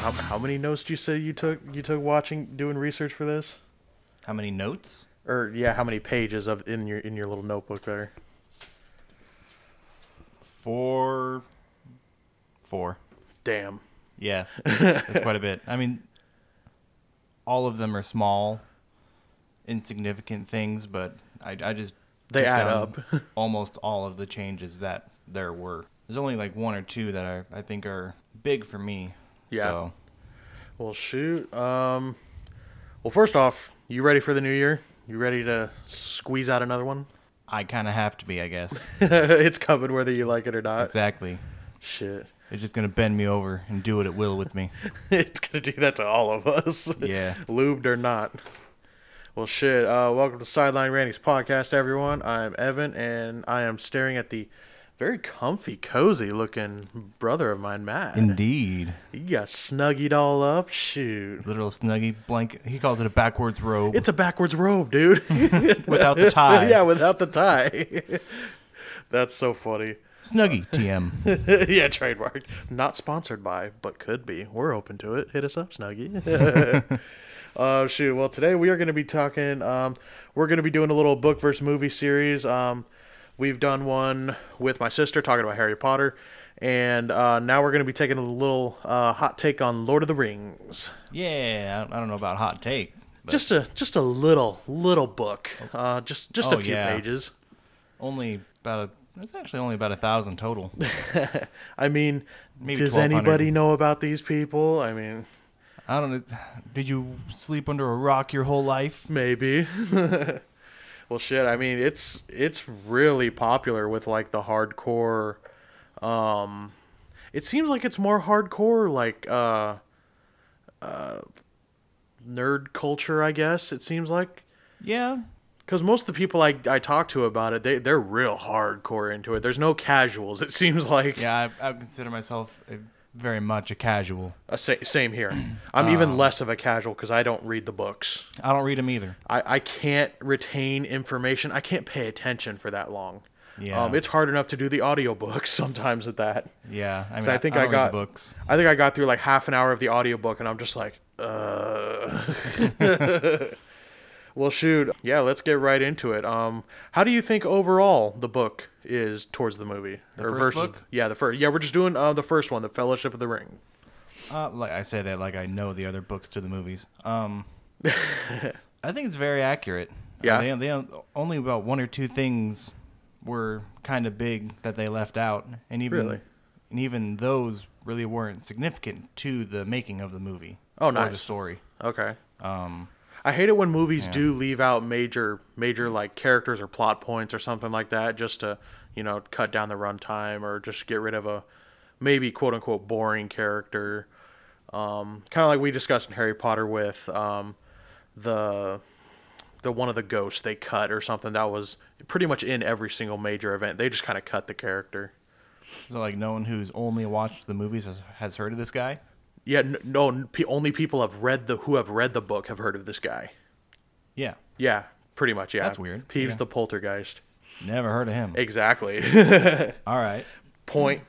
How, how many notes do you say you took? You took watching, doing research for this, How many notes? or yeah, how many pages of in your in your little notebook there? Four. Four. Damn. Yeah, that's quite a bit. I mean, all of them are small, insignificant things, but I, I just They took add down almost all of the changes that there were. There's only like one or two that I I think are big for me. Yeah. So, Well, shoot. Um, well, first off, you ready for the new year? You ready to squeeze out another one? I kind of have to be, I guess. it's coming whether you like it or not. exactly. Shit. It's just gonna bend me over and do what it will with me. it's gonna do that to all of us. Yeah. Lubed or not. Well, shit. Uh, welcome to Sideline Randy's podcast, everyone. I'm Evan, and I am staring at the very comfy, cozy looking brother of mine, Matt. Indeed. You got snuggied all up. Shoot. Literal snuggie blanket. He calls it a backwards robe It's a backwards robe, dude. without the tie. yeah, without the tie. That's so funny. Snuggie TM. yeah, trademark. Not sponsored by, but could be. We're open to it. Hit us up, Snuggie. uh, shoot. Well, today we are going to be talking. Um, we're going to be doing a little book versus movie series. Um, we've done one with my sister talking about Harry Potter, and uh, now we're going to be taking a little uh, hot take on Lord of the Rings. yeah, I I don't know about hot take. but- Just a just a little little book. Uh, just just Oh, a few yeah. pages. Only about a. It's actually only about a thousand total. I mean, Maybe does 1200. anybody know about these people? I mean, I don't. know. Did you sleep under a rock your whole life? maybe well shit i mean it's it's really popular with like the hardcore um it seems like it's more hardcore like uh uh nerd culture i guess it seems like Yeah. because most of the people I, I talk to about it they, they're real hardcore into it there's no casuals it seems like Yeah, I, I consider myself a, very much a casual. Uh, sa- same here i'm even less of a casual because i don't read the books I don't read them either. I, I can't retain information. I can't pay attention for that long. Yeah. Um, it's hard enough to do the audiobooks sometimes at that. Yeah, I mean, I think I, don't read got the books. I think I got through like half an hour of the audiobook and I'm just like, uh Well shoot. Yeah, let's get right into it. Um how do you think overall the book is towards the movie? The first book? Yeah, the first yeah, we're just doing uh, the first one, The Fellowship of the Ring. Uh, like I say that, like I know the other books to the movies. Um, I think it's very accurate. Yeah. they, they only about one or two things were kind of big that they left out, and even Really? and even those really weren't significant to the making of the movie. Oh, Or the nice. story. Okay. Um, I hate it when movies do leave out major, major like characters or plot points or something like that, just to you know cut down the runtime or just get rid of a maybe quote unquote boring character. Um, kind of like we discussed in Harry Potter with um, the the one of the ghosts they cut or something that was pretty much in every single major event. They just kind of cut the character. So like no one who's only watched the movies has, has heard of this guy. Yeah, n- no, n- pe- only people have read the who have read the book have heard of this guy. Yeah, Yeah, pretty much. Yeah, That's weird. Peeves Yeah. the poltergeist. never heard of him. Exactly. All right, point.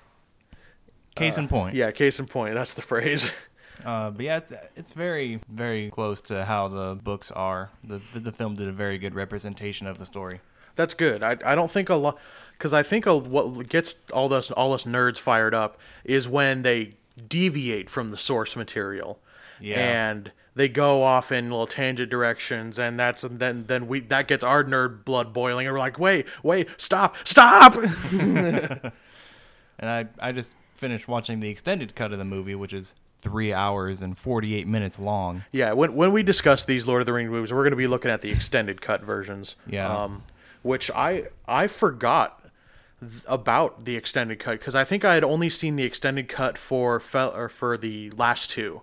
case Uh, in point. Yeah, case in point. That's the phrase. Uh, but yeah, it's, it's very, very close to how the books are. The, the the film did a very good representation of the story. That's good. I, I don't think a lot because I think a, what gets all us all us nerds fired up is when they deviate from the source material. Yeah. And they go off in little tangent directions, and that's and then then we that gets our nerd blood boiling, and we're like, wait, wait, stop, stop. And I I just finished watching the extended cut of the movie, which is three hours and forty eight minutes long. Yeah, when when we discuss these Lord of the Rings movies, we're going to be looking at the extended cut versions. Yeah. Um, which I I forgot th- about the extended cut because I think I had only seen the extended cut for fel- or for the last two,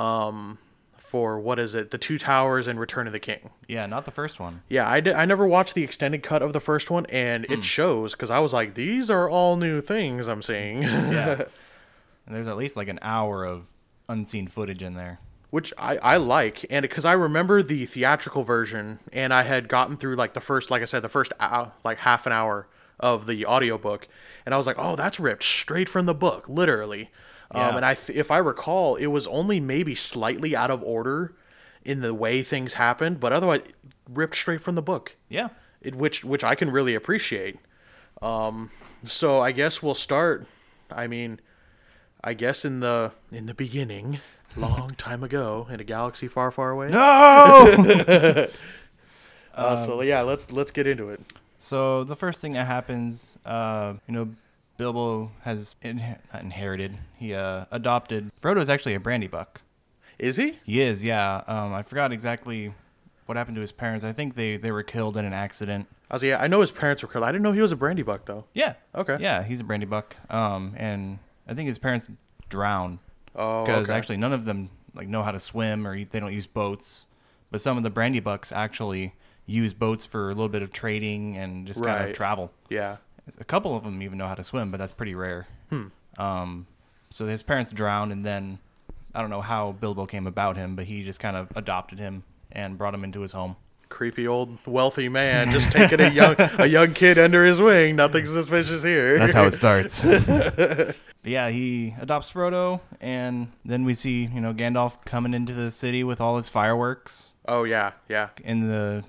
um, for what is it, the Two Towers and Return of the King. Yeah, not the first one. Yeah, I, did, I never watched the extended cut of the first one, and it shows because I was like, these are all new things I'm seeing. Yeah, and there's at least like an hour of unseen footage in there. which I, I like and because i remember the theatrical version and i had gotten through like the first like i said the first hou- like half an hour of the audiobook and i was like oh that's ripped straight from the book literally Um, Yeah. and I, th- if I recall, it was only maybe slightly out of order in the way things happened, but otherwise ripped straight from the book, Yeah. it, which which I can really appreciate. Um, so I guess we'll start. I mean, I guess in the in the beginning, long time ago, in a galaxy far, far away. No. Uh, so yeah, let's let's get into it. so the first thing that happens, uh, you know, Bilbo has in- not inherited. He uh, adopted. Frodo's actually a brandy buck. Is he? He is, yeah. Um, I forgot exactly what happened to his parents. I think they, they were killed in an accident. I was yeah. I know his parents were killed. I didn't know he was a brandy buck though. Yeah. Okay. Yeah, he's a brandy buck. Um, and I think his parents drowned Oh, because okay. actually none of them like know how to swim or e- they don't use boats. But some of the brandy bucks actually use boats for a little bit of trading and just kind Right. of travel. Yeah. A couple of them even know how to swim, but that's pretty rare. Um, so his parents drowned, and then I don't know how Bilbo came about him, but he just kind of adopted him and brought him into his home. creepy old wealthy man just taking a young a young kid under his wing. Nothing suspicious here. That's how it starts. but yeah, he adopts Frodo, and then we see you know Gandalf coming into the city with all his fireworks oh yeah, yeah. in the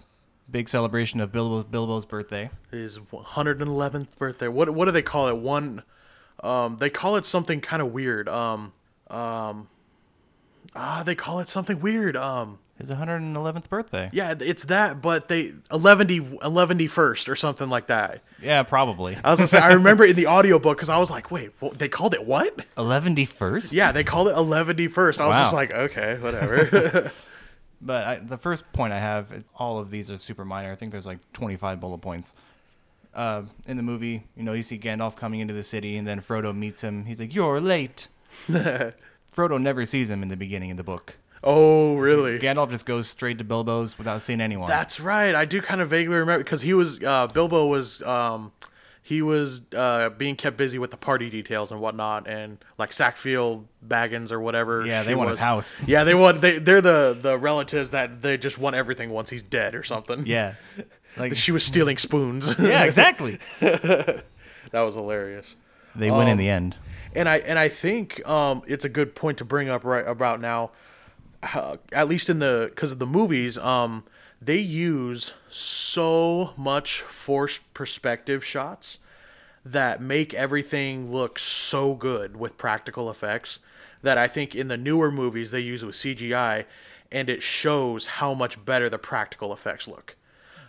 big celebration of Bilbo, Bilbo's birthday. His 111th birthday. What what do they call it? One. Um, they call it something kind of weird. Um, um, ah, they call it something weird. Um, His 111th birthday. yeah, it's that, but they 110 111st or something like that. Yeah, probably. I was gonna say I remember in the audiobook because I was like, wait, what, they called it what? 111st. Yeah, they called it 111st. I was Wow. just like, okay, whatever. But I, the first point I have, is all of these are super minor. I think there's like 25 bullet points. Uh, in the movie, you know, you see Gandalf coming into the city, and then Frodo meets him. He's like, "You're late." Frodo never sees him in the beginning of the book. oh, really? Gandalf just goes straight to Bilbo's without seeing anyone. That's right. I do kind of vaguely remember because he was uh, Bilbo was um, he was uh, being kept busy with the party details and whatnot, and like Sackfield Baggins or whatever. Yeah, they she want his was. house. Yeah, they want they they're the the relatives that they just want everything once he's dead or something. yeah, like she was stealing spoons. yeah, exactly. that was hilarious. They win in the end. and I and I think um, it's a good point to bring up right about now. How, at least in the because of the movies, um, they use so much forced perspective shots that make everything look so good with practical effects that I think in the newer movies they use it with CGI, and it shows how much better the practical effects look.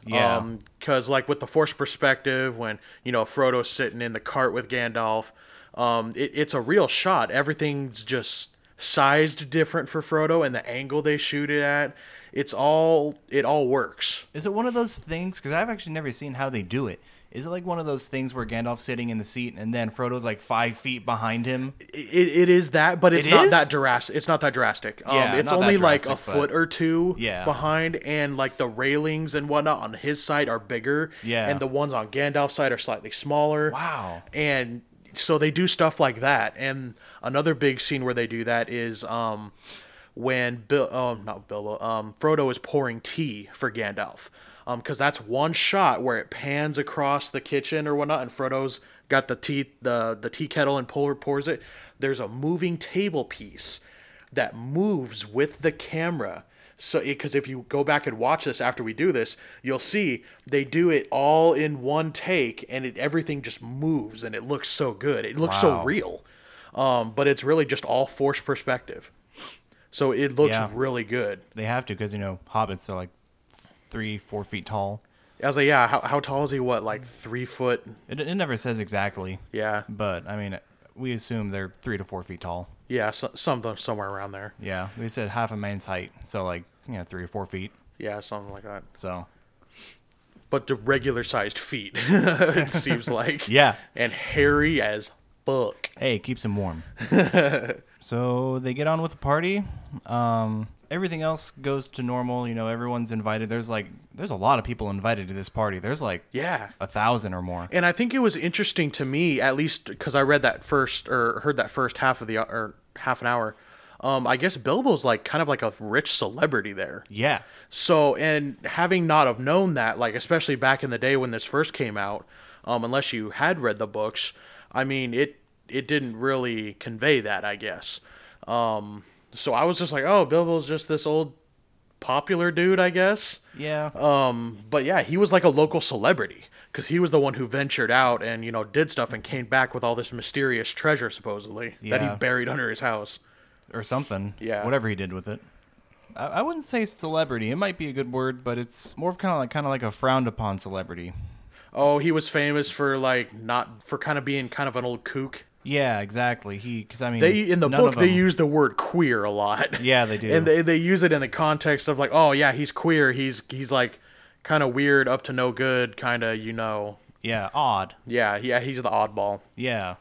Yeah. Because, Um, like, with the Force perspective, when, you know, Frodo's sitting in the cart with Gandalf, um, it, it's a real shot. Everything's just sized different for Frodo and the angle they shoot it at. It's all, it all works. Is it one of those things? Because I've actually never seen how they do it. Is it like one of those things where Gandalf's sitting in the seat, and then Frodo's like five feet behind him? It, it is that, but it's It not is? that drastic. It's not that drastic. Um, Yeah, it's not that only like a drastic, but- foot or two Yeah. behind, and like the railings and whatnot on his side are bigger. Yeah. And the ones on Gandalf's side are slightly smaller. Wow. And so they do stuff like that. And another big scene where they do that is um, when Bill, oh, not Bilbo, um, Frodo is pouring tea for Gandalf. Because that's one shot where it pans across the kitchen or whatnot, and Frodo's got the tea, the, the tea kettle and pour, pours it. There's a moving table piece that moves with the camera. So, because if you go back and watch this after we do this, you'll see they do it all in one take, and it everything just moves, and it looks so good. It looks so Wow. real, um, but it's really just all forced perspective. So it looks Yeah. really good. They have to because you know hobbits are like three, four feet tall. I was like, yeah, how, how tall is he? What, like three foot? It, it never says exactly, Yeah, but I mean, we assume they're three to four feet tall. yeah, so, something somewhere around there. Yeah, we said half a man's height, so like you know three or four feet. Yeah, something like that. So But the regular sized feet, it seems like. yeah, and hairy as fuck. hey, it keeps him warm. so they get on with the party. Um, everything else goes to normal. You know, everyone's invited. There's like there's a lot of people invited to this party. There's like Yeah. a thousand or more. And I think it was interesting to me, at least because I read that first or heard that first half of the uh, or half an hour. Um, I guess Bilbo's like kind of like a rich celebrity there. Yeah, So, and having not have known that, like especially back in the day when this first came out, um, unless you had read the books, I mean, it it didn't really convey that, I guess. Um, so I was just like, oh, Bilbo's just this old popular dude, I guess. Yeah. Um, but yeah, he was like a local celebrity because he was the one who ventured out and you know did stuff and came back with all this mysterious treasure supposedly that Yeah. he buried under his house. or something. Yeah. Whatever he did with it. I, I wouldn't say celebrity. It might be a good word, but it's more of kind of like kind of like a frowned upon celebrity. Oh, he was famous for like not for kind of being kind of an old kook. Yeah, exactly. He because I mean They in the none book of they them- use the word queer a lot. Yeah, they do. And they they use it in the context of like, oh yeah, he's queer. He's he's like kind of weird, up to no good, kind of you know. yeah, odd. Yeah, yeah, he's the oddball. Yeah.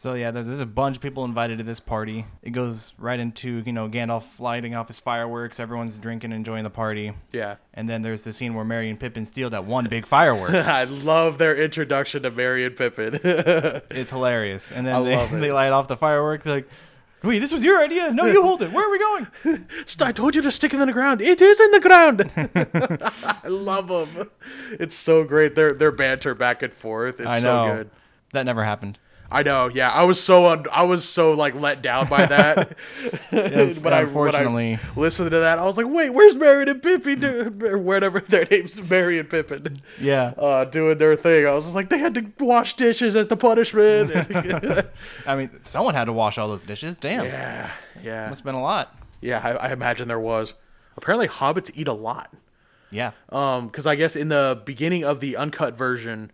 So yeah, there's, there's a bunch of people invited to this party. It goes right into you know Gandalf lighting off his fireworks. Everyone's drinking, enjoying the party. Yeah. And then there's the scene where Merry and Pippin steal that one big firework. I love their introduction to Merry and Pippin. it's hilarious. And I then they, love it. they light off the fireworks. They're like, wait, this was your idea? No, you hold it. Where are we going? St- I told you to stick it in the ground. It is in the ground. I love them. It's so great. Their their banter back and forth. It's I know. so good. That never happened. I know. Yeah, I was so un- I was so like let down by that. when I- when I, unfortunately. listened to that, I was like, "Wait, where's Marion and Pippin? Do- or whatever their names, Marion and Pippin, Yeah. uh, doing their thing." I was just like, "They had to wash dishes as the punishment." I mean, someone had to wash all those dishes. Damn. yeah, yeah, Must have been a lot. yeah. I, I imagine there was. Apparently, hobbits eat a lot. Yeah. um because i guess in the beginning of the uncut version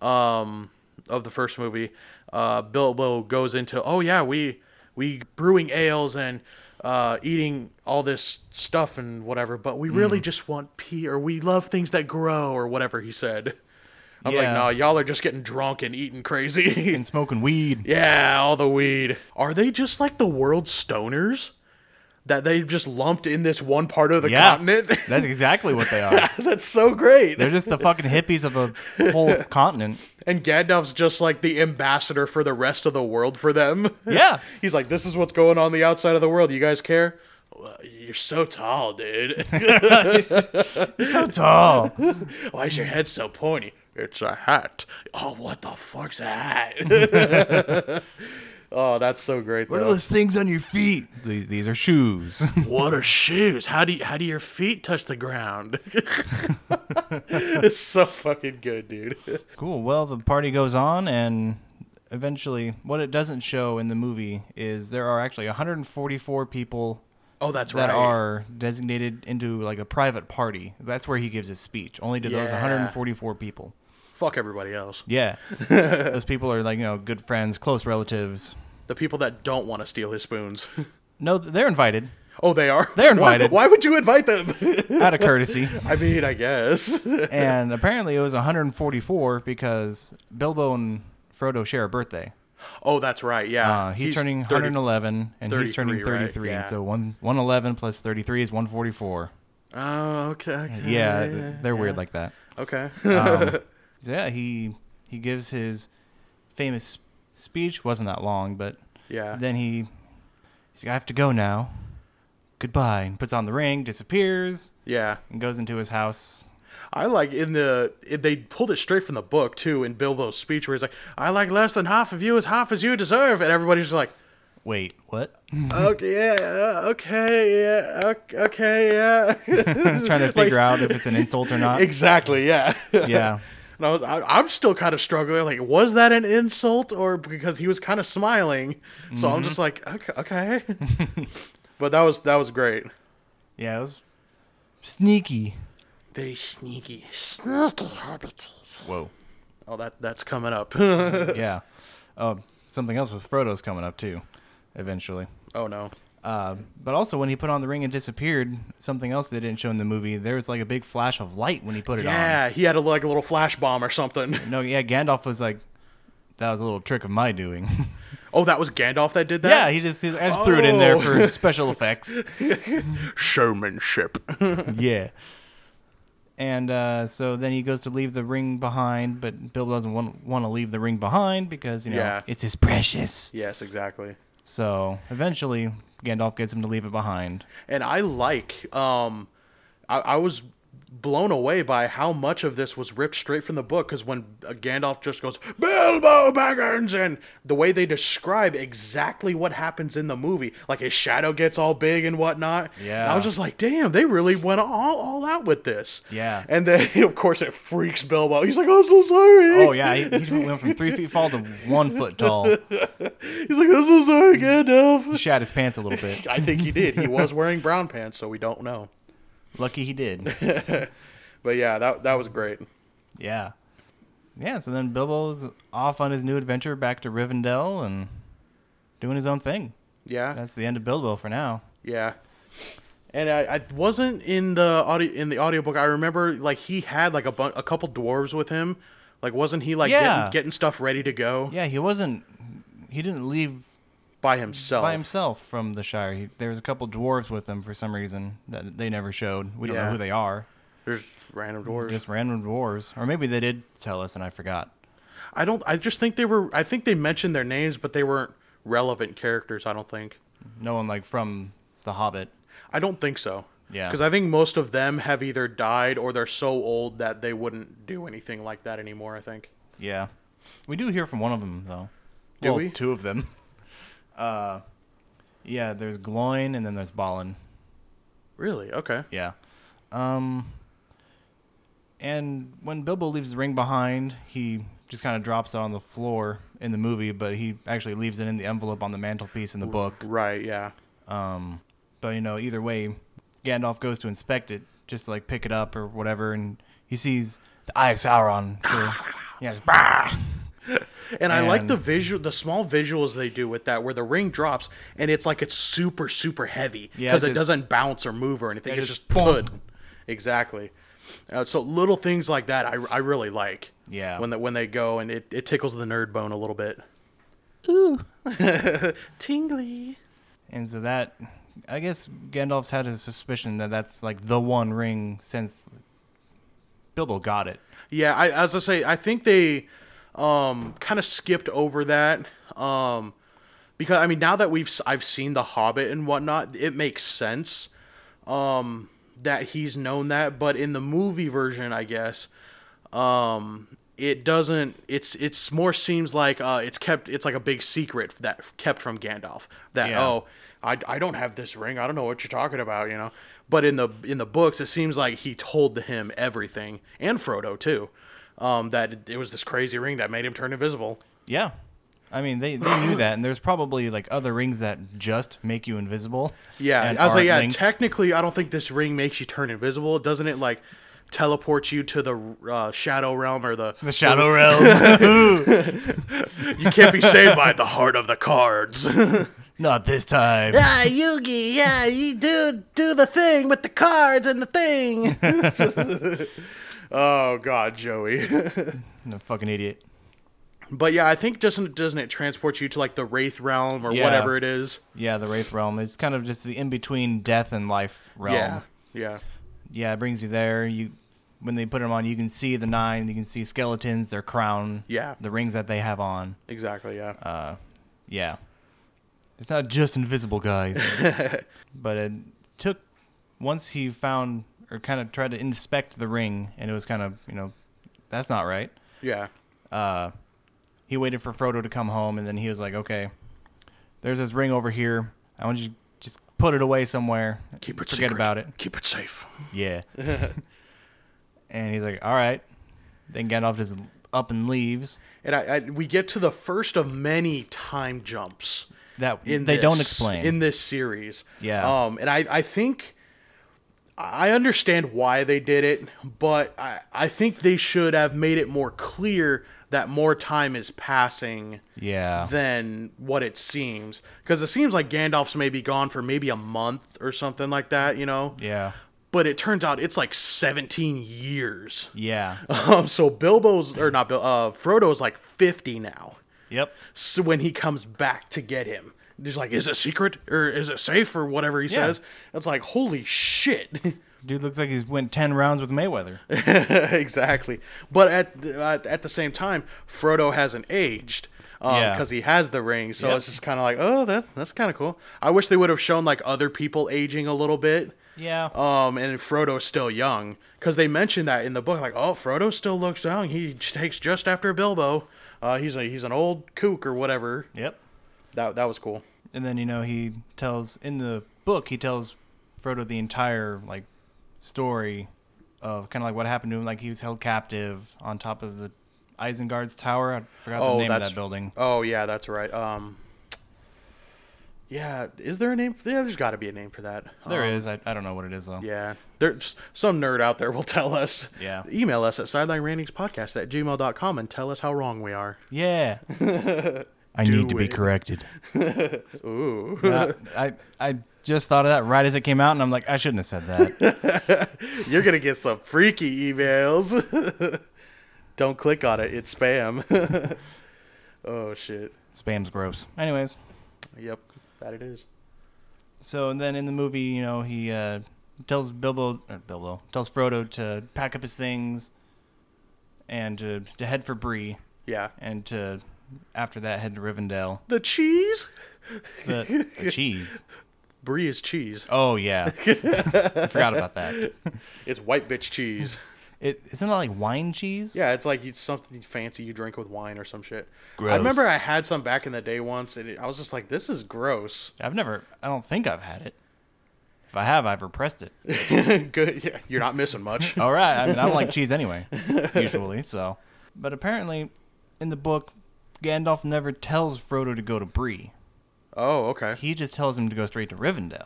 um of the first movie uh bilbo goes into oh yeah we we brewing ales and uh eating all this stuff and whatever but we Mm. really just want pee or we love things that grow or whatever he said i'm like Yeah. nah y'all are just getting drunk and eating crazy And smoking weed. yeah all the weed are they just like the world's stoners that they've just lumped in this one part of the continent That's exactly what they are. that's so great They're just the fucking hippies of the whole continent. And Gandalf's just like the ambassador for the rest of the world for them. Yeah. He's like, this is what's going on the outside of the world. You guys care? Well, you're so tall, dude. You're so tall. Why is your head so pointy? It's a hat. Oh, what the fuck's a hat? oh, that's so great. What are though. those things on your feet? These, these are shoes. What are shoes? How do you, how do your feet touch the ground? it's so fucking good, dude. cool. Well, the party goes on, and eventually, what it doesn't show in the movie is there are actually 144 people Oh, that's that right. are designated into like a private party. That's where he gives his speech, only to those Yeah. 144 people. Fuck everybody else. Yeah. those people are like, you know, good friends, close relatives. The people that don't want to steal his spoons. No, they're invited Oh, they are. They're Why- invited. Why, would you invite them? out of courtesy. I mean, I guess. and apparently it was 144 because Bilbo and Frodo share a birthday. oh, that's right. Yeah, Uh, he's, turning 30 111 and he's turning 33, right? 33. Yeah. So one, 111 plus 33 is 144. Oh, okay. okay. Yeah, they're weird like that. Okay. Um, so yeah, he he gives his famous speech. wasn't that long, but yeah. then he he's like, "I have to go now. Goodbye." And puts on the ring, disappears, Yeah. and goes into his house. I like in the it, they pulled it straight from the book too in Bilbo's speech where he's like, "I like less than half of you as half as you deserve," and everybody's just like, Wait, what? "Okay, yeah, uh, okay, yeah, ok- okay, yeah." trying to figure out if it's an insult or not. exactly. Yeah. Yeah. And I was, I, I'm still kind of struggling. Like, was that an insult or because he was kind of smiling? So I'm just like, okay, okay. but that was that was great. Yeah, it was sneaky. Very sneaky, sneaky hobbits. Whoa. Oh, that that's coming up. oh yeah. Um, something else with Frodo's coming up too, eventually. no. Uh, but also when he put on the ring and disappeared, something else they didn't show in the movie, there was like a big flash of light when he put it on. Yeah, he had a, like a little flash bomb or something. No, yeah, Gandalf was like, "That was a little trick of my doing." Oh, that was Gandalf that did yeah, that. he just, he I just threw it in there Oh. for special effects. showmanship. yeah. And uh, so then he goes to leave the ring behind, but Bill doesn't want, want to leave the ring behind because you know Yeah. it's his precious. yes, exactly. So eventually, Gandalf gets him to leave it behind. and I like um I, I was blown away by how much of this was ripped straight from the book because when uh, Gandalf just goes Bilbo Baggins and the way they describe exactly what happens in the movie like his shadow gets all big and whatnot Yeah. And I was just like damn they really went all, all out with this Yeah. and then of course it freaks Bilbo he's like I'm so sorry Oh yeah, he, he went from three feet tall to one foot tall. he's like I'm so sorry Mm. Gandalf Shat his pants a little bit. I think he did he was wearing brown pants so we don't know Lucky he did. but yeah that, that was great Yeah. Yeah, so then Bilbo's off on his new adventure back to Rivendell and doing his own thing. yeah That's the end of Bilbo for now. Yeah. And I, I wasn't in the audio in the audiobook. I remember like he had like a bu- a couple dwarves with him. Like wasn't he like Yeah. getting, getting stuff ready to go Yeah, he wasn't he didn't leave by himself? by himself from the Shire. He, there was a couple dwarves with him for some reason that they never showed. We don't know Yeah. who they are. There's random dwarves. Just random dwarves, or maybe they did tell us and I forgot. I don't. I just think they were. I think they mentioned their names, but they weren't relevant characters. I don't think. No one like from the Hobbit. I don't think so. Yeah. Because I think most of them have either died or they're so old that they wouldn't do anything like that anymore. I think. Yeah. We do hear from one of them, though. Do we? Two of them. Uh, yeah, there's Gloin and then there's Balin. Really? Okay. Yeah. Um, and when Bilbo leaves the ring behind, he just kind of drops it on the floor in the movie, but he actually leaves it in the envelope on the mantelpiece in the book. Right. Yeah. But, you know, either way, Gandalf goes to inspect it just to, like, pick it up or whatever, and he sees the Eye of Sauron. So, yeah, just, "Bah!" And I like And- the visual, the small visuals they do with that, where the ring drops and it's like it's super, super heavy Yeah, because it it, just- doesn't bounce or move or anything. Yeah, it's just just bonk. pud. Exactly. Uh, so little things like that, I, I really like. Yeah. When the, when they go and it, it tickles the nerd bone a little bit. Ooh. Tingly. And so that, I guess Gandalf's had a suspicion that that's like the one ring since Bilbo got it. Yeah, I, as I say, I think they um, kind of skipped over that um, because I mean, now that we've s- I've seen The Hobbit and whatnot, it makes sense um, that he's known that. But in the movie version, I guess um, it doesn't. It's it's more seems like uh, it's kept. It's like a big secret that kept from Gandalf. That Yeah. oh, I, I don't have this ring. I don't know what you're talking about, you know. But in the in the books, it seems like he told him everything and Frodo too, um, that it was this crazy ring that made him turn invisible. Yeah. I mean, they, they knew that, and there's probably like other rings that just make you invisible. Yeah, and I was like, aren't yeah. linked. Technically, I don't think this ring makes you turn invisible. Doesn't it like teleport you to the uh, shadow realm or the? the Shadow Realm. You can't be saved by the heart of the cards. Not this time. ah, Yugi, yeah, you do do the thing with the cards and the thing. oh God, Joey. No fucking idiot. But yeah, I think doesn't doesn't it transport you to like the wraith realm or Yeah. whatever it is? Yeah, the Wraith Realm. It's kind of just the in between death and life realm. Yeah, Um, yeah, Yeah, it brings you there. You when they put them on, you can see the nine. You can see skeletons, their crown. Yeah. the rings that they have on. exactly. Yeah, Uh, Yeah, it's not just invisible guys. but it took once he found or kind of tried to inspect the ring, and it was kind of you know that's not right. yeah, He waited for Frodo to come home, and then he was like, okay, there's this ring over here. I want you to just put it away somewhere. Keep it Forget secret. about it. Keep it safe. Yeah. and he's like, all right. Then Gandalf just up and leaves. And I, I we get to the first of many time jumps. That in they don't this- explain. in this series. Yeah. Um, and I, I think I understand why they did it, but I, I think they should have made it more clear that more time is passing yeah. than what it seems. Because it seems like Gandalf's maybe gone for maybe a month or something like that, you know? yeah. But it turns out it's like 17 years. Yeah. Um, so Bilbo's, or not Bil- uh, Frodo's like 50 now yep. so when he comes back to get him. He's like, is it secret or is it safe or whatever he Yeah. says? It's like, holy shit. Dude looks like he's went 10 rounds with Mayweather. exactly. But at, the, at at the same time, Frodo hasn't aged Yeah. because he has the ring. So Yep. it's just kind of like, oh, that's that's kind of cool. I wish they would have shown like other people aging a little bit. Yeah. Um, and Frodo's still young because they mentioned that in the book. Like, oh, Frodo still looks young. He takes just after Bilbo. Uh, he's a he's an old kook or whatever. Yep. That that was cool. And then you know he tells in the book he tells Frodo the entire like story of kind of like what happened to him. Like he was held captive on top of the Isengard's tower. I forgot the Oh, name of that's that building. Oh yeah, that's right. Um, yeah, is there a name? For, yeah, there's got to be a name for that. There Um, is. I, I don't know what it is though. Yeah, there's some nerd out there will tell us. Yeah. Email us at sidelinerantings.podcast at gmail.com and tell us how wrong we are. Yeah. I Do need to be it. corrected. Ooh. Uh, I I just thought of that right as it came out, and I'm like, I shouldn't have said that. You're gonna get some freaky emails. Don't click on it. It's spam. oh shit. Spam's gross. Anyways, Yep, that it is. so and then in the movie, you know, he uh, tells Bilbo, or Bilbo tells Frodo to pack up his things and to to head for Bree, Yeah. and to after that head to Rivendell. The cheese. The, the cheese. Brie is cheese. Oh yeah, I forgot about that. It's white bitch cheese. It, isn't that like wine cheese? Yeah, it's like you, something fancy you drink with wine or some shit. I Gross. remember I had some back in the day once, and it, I was just like, "This is gross." I've never. I don't think I've had it. If I have, I've repressed it. Good. Yeah, you're not missing much. All right. I mean, I don't like cheese anyway, usually. So, but apparently, in the book, Gandalf never tells Frodo to go to Bree. oh, okay. He just tells him to go straight to Rivendell.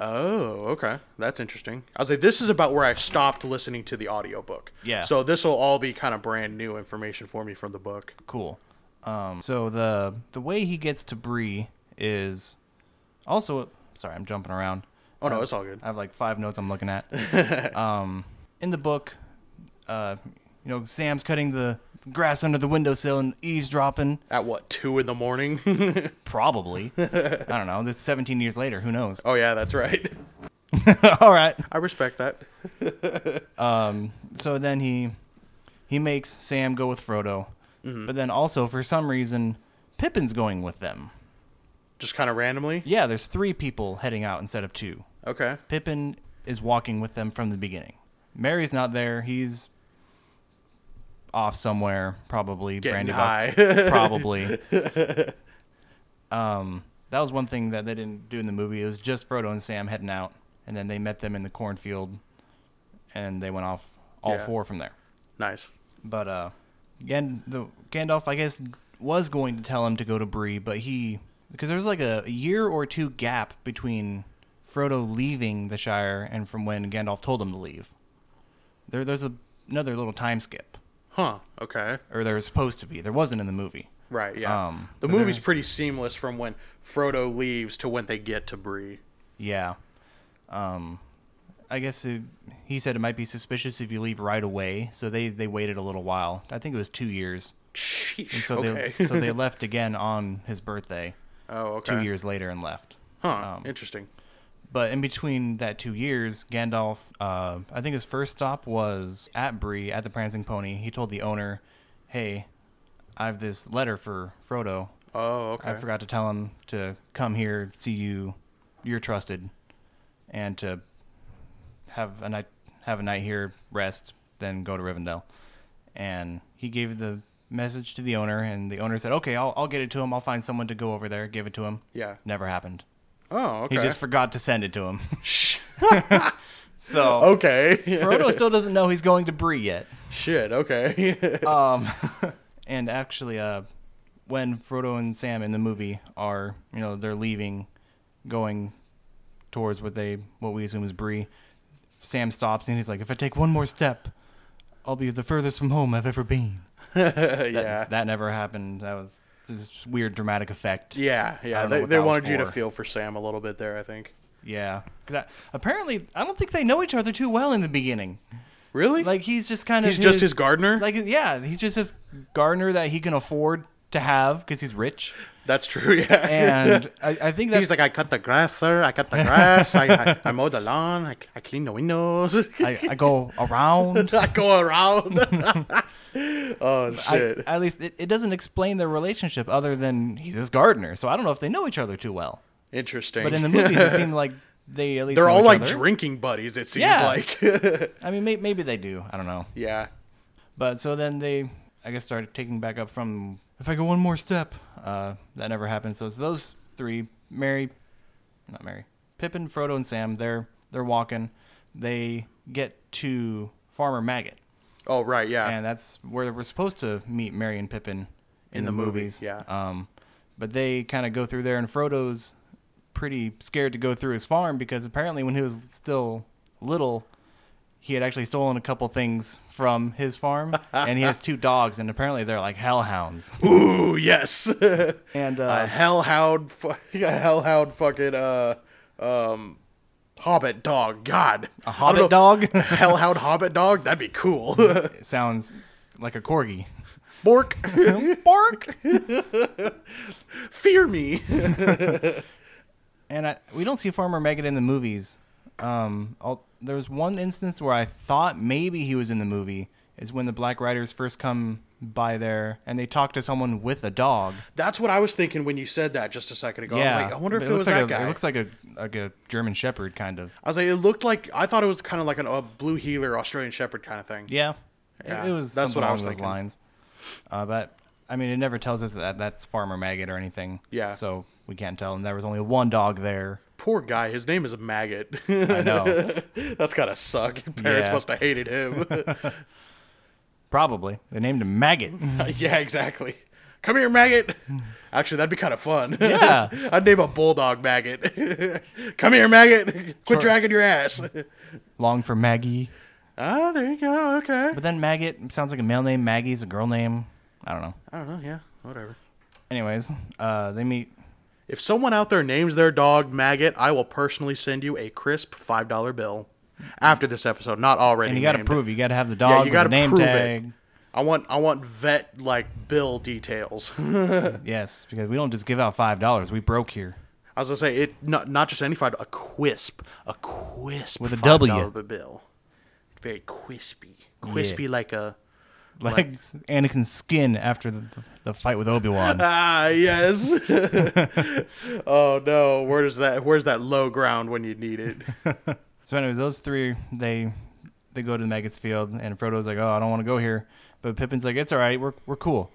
Oh, okay. That's interesting. I was like, this is about where I stopped listening to the audiobook. Yeah. So this will all be kind of brand new information for me from the book. Cool. Um, so the the way he gets to Bree is also. Sorry, I'm jumping around. Oh, no, it's all good. I have like five notes I'm looking at. um, in the book, uh, you know, Sam's cutting the grass under the windowsill and eavesdropping. At what, two in the morning? Probably. I don't know. This is 17 years later. Who knows? oh, yeah, that's right. All right. I respect that. So then he he makes Sam go with Frodo, but then also for some reason Pippin's going with them. Just kind of randomly? Yeah, there's three people heading out instead of two. Okay. Pippin is walking with them from the beginning. Mary's not there. He's off somewhere, probably Getting Brandy high. probably. um, that was one thing that they didn't do in the movie. It was just Frodo and Sam heading out, and then they met them in the cornfield, and they went off all Yeah. four from there. nice. But uh, Gan- the Gandalf, I guess, was going to tell him to go to Bree, but he because there was like a year or two gap between Frodo leaving the Shire and from when Gandalf told him to leave. There, there's a, another little time skip, Huh. Okay. or there was supposed to be. There wasn't in the movie. Right, yeah. Um, the but there- movie's pretty seamless from when Frodo leaves to when they get to Bree. Yeah. Um, I guess it, he said it might be suspicious if you leave right away, so they, they waited a little while. I think it was two years. Sheesh. And so okay. they so they left again on his birthday oh, okay. two years um, later and left. Huh. interesting. But in between that two years, Gandalf, uh, I think his first stop was at Bree at the Prancing Pony. He told the owner, "Hey, I have this letter for Frodo. Oh, okay. I forgot to tell him to come here, see you. You're trusted, and to have a night, have a night here, rest, then go to Rivendell." And he gave the message to the owner, and the owner said, "Okay, I'll, I'll get it to him. I'll find someone to go over there, give it to him." Yeah. Never happened. Oh, okay. He just forgot to send it to him. Shh. Oh, So okay. Frodo still doesn't know he's going to Bree yet. Shit. Okay. Oh, And actually, uh, when Frodo and Sam in the movie are, you know, they're leaving, going towards what they what we assume is Bree. Sam stops and he's like, "If I take one more step, I'll be the furthest from home I've ever been." yeah. That never happened. That was this weird dramatic effect. yeah. Yeah. don't know They, what they that was wanted you to for. feel for Sam a little bit there. I think. Yeah. 'Cause I, apparently, I don't think they know each other too well in the beginning. Really? Like he's just kind of He's just his gardener? Like yeah, he's just his gardener that he can afford to have because he's rich. that's true. Yeah. And I, I think that's He's like, I cut the grass, sir. I cut the grass. I, I, I mow the lawn. I, I clean the windows. I, I go around. I go around. oh I, shit. at least it, it doesn't explain their relationship other than he's his gardener. So I don't know if they know each other too well. Interesting. But in the movies, it seemed like they at least They're know all each like other. drinking buddies. It seems Yeah. like. I mean, may- maybe they do. I don't know. yeah. But so then they, I guess, started taking back up from if I go one more step. Uh, that never happened. So it's those three: Mary, not Mary, Pippin, Frodo, and Sam. They're they're walking. They get to Farmer Maggot, Oh right. Yeah. and that's where we're supposed to meet Mary and Pippin in, In the, the movies. movies, yeah. Um, but they kind of go through there, and Frodo's pretty scared to go through his farm because apparently when he was still little, he had actually stolen a couple things from his farm, and he has two dogs, and apparently they're like hellhounds. Ooh yes. and a uh, hellhound, fu- a hellhound, fucking uh, um, hobbit dog. God, a hobbit dog hellhound hobbit dog. That'd be cool. sounds like a corgi. Bork, Bark. fear me. and I, we don't see Farmer Maggot in the movies. Um, I'll, there was one instance where I thought maybe he was in the movie. Is when the Black Riders first come by there and they talk to someone with a dog. That's what I was thinking when you said that just a second ago. yeah, Oh, I was like, I wonder if but it, was looks that like a, guy. It looks like a like a German Shepherd kind of. I was like, it looked like I thought it was kind of like an, a blue healer, Australian Shepherd kind of thing. Yeah, It- Yeah, It, was that's something what I along was those thinking. lines. Uh, but I mean, it never tells us that that's Farmer Maggot or anything. Yeah. so we can't tell. And there was only one dog there. Poor guy. His name is Maggot. I know, That's gotta suck. Your parents Yeah. must have hated him. probably they named him Maggot. yeah, exactly. Come here, maggot. Actually, that'd be kind of fun. Yeah. I'd name a bulldog maggot. Come here, maggot. Quit Sure. dragging your ass. Long for Maggie. Ah, there you go. Okay. But then Maggot sounds like a male name. Maggie's a girl name. I don't know. I don't know. Yeah, whatever. Anyways, uh, they meet. If someone out there names their dog maggot, I will personally send you a crisp five dollar bill after this episode. Not already. And you got to named. prove. it. You got to have the Yeah, dog you with gotta the name prove tag. it. I want. I want vet like bill details. Yes, because we don't just give out five dollars. We broke here. I was gonna say it not not just any five a quisp a quisp With a $5 W. bill, very crispy, crispy like a Like Anakin's skin after the, the fight with Obi Wan. ah yes. oh no, where's that? Where's that low ground when you need it? so, anyways, those three they they go to the Maggot's field, and Frodo's like, "Oh, I don't want to go here," but Pippin's like, "It's all right. We're we're cool."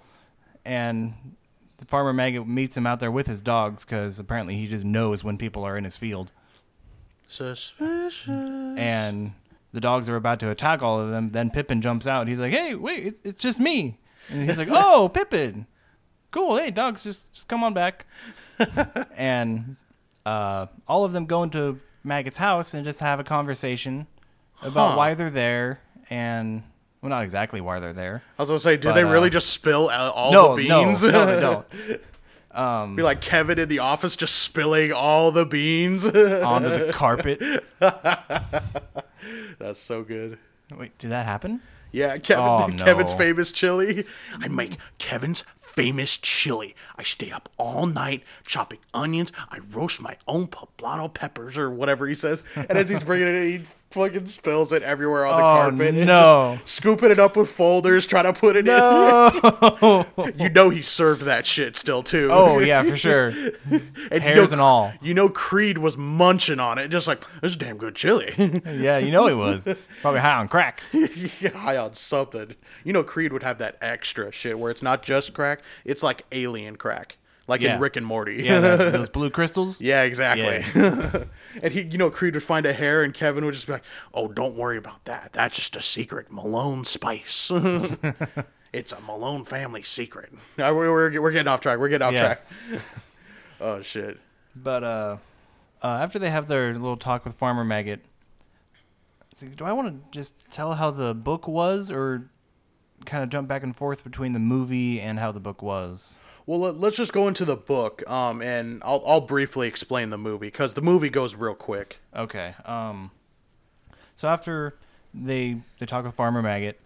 And the farmer Maggot meets him out there with his dogs because apparently he just knows when people are in his field. Suspicious. and the dogs are about to attack all of them. Then Pippin jumps out. He's like, "Hey, wait, it, it's just me." And he's like, "Oh, Pippin, cool. Hey, dogs, just just come on back." and uh, all of them go into Maggot's house and just have a conversation about Huh. why they're there and well, not exactly why they're there. I was gonna say, do But, they really uh, just spill uh, all no, the no, beans? no, they don't. Be like Kevin in the office, just spilling all the beans. Onto the carpet. That's so good. Wait, did that happen? Yeah, Kevin. Oh, Kevin's no. famous chili. I make Kevin's famous chili. I stay up all night chopping onions. I roast my own poblano peppers or whatever he says. And as he's bringing it in, he fucking spills it everywhere on the Oh, carpet. and no. just scooping it up with folders, trying to put it Oh. in. you know he served that shit still too. Oh yeah, for sure. and hairs and all. You know Creed was munching on it, just like this is damn good chili. Yeah, you know he was probably high on crack. yeah, high on something. You know, Creed would have that extra shit where it's not just crack; it's like alien crack, like Yeah. in Rick and Morty. Yeah, that, those blue crystals. Yeah, exactly. and he, you know, Creed would find a hair, and Kevin would just be like, "Oh, don't worry about that. That's just a secret Malone spice. it's a Malone family secret." Uh, We're, we're, we're getting off track. We're getting off Yeah. track. oh shit. But uh, uh, after they have their little talk with Farmer Maggot, it's like, do I want to just tell how the book was, or kind of jump back and forth between the movie and how the book was? Well, let- let's just go into the book, um, and I'll, I'll briefly explain the movie because the movie goes real quick. Okay. Um. So after they they talk with Farmer Maggot,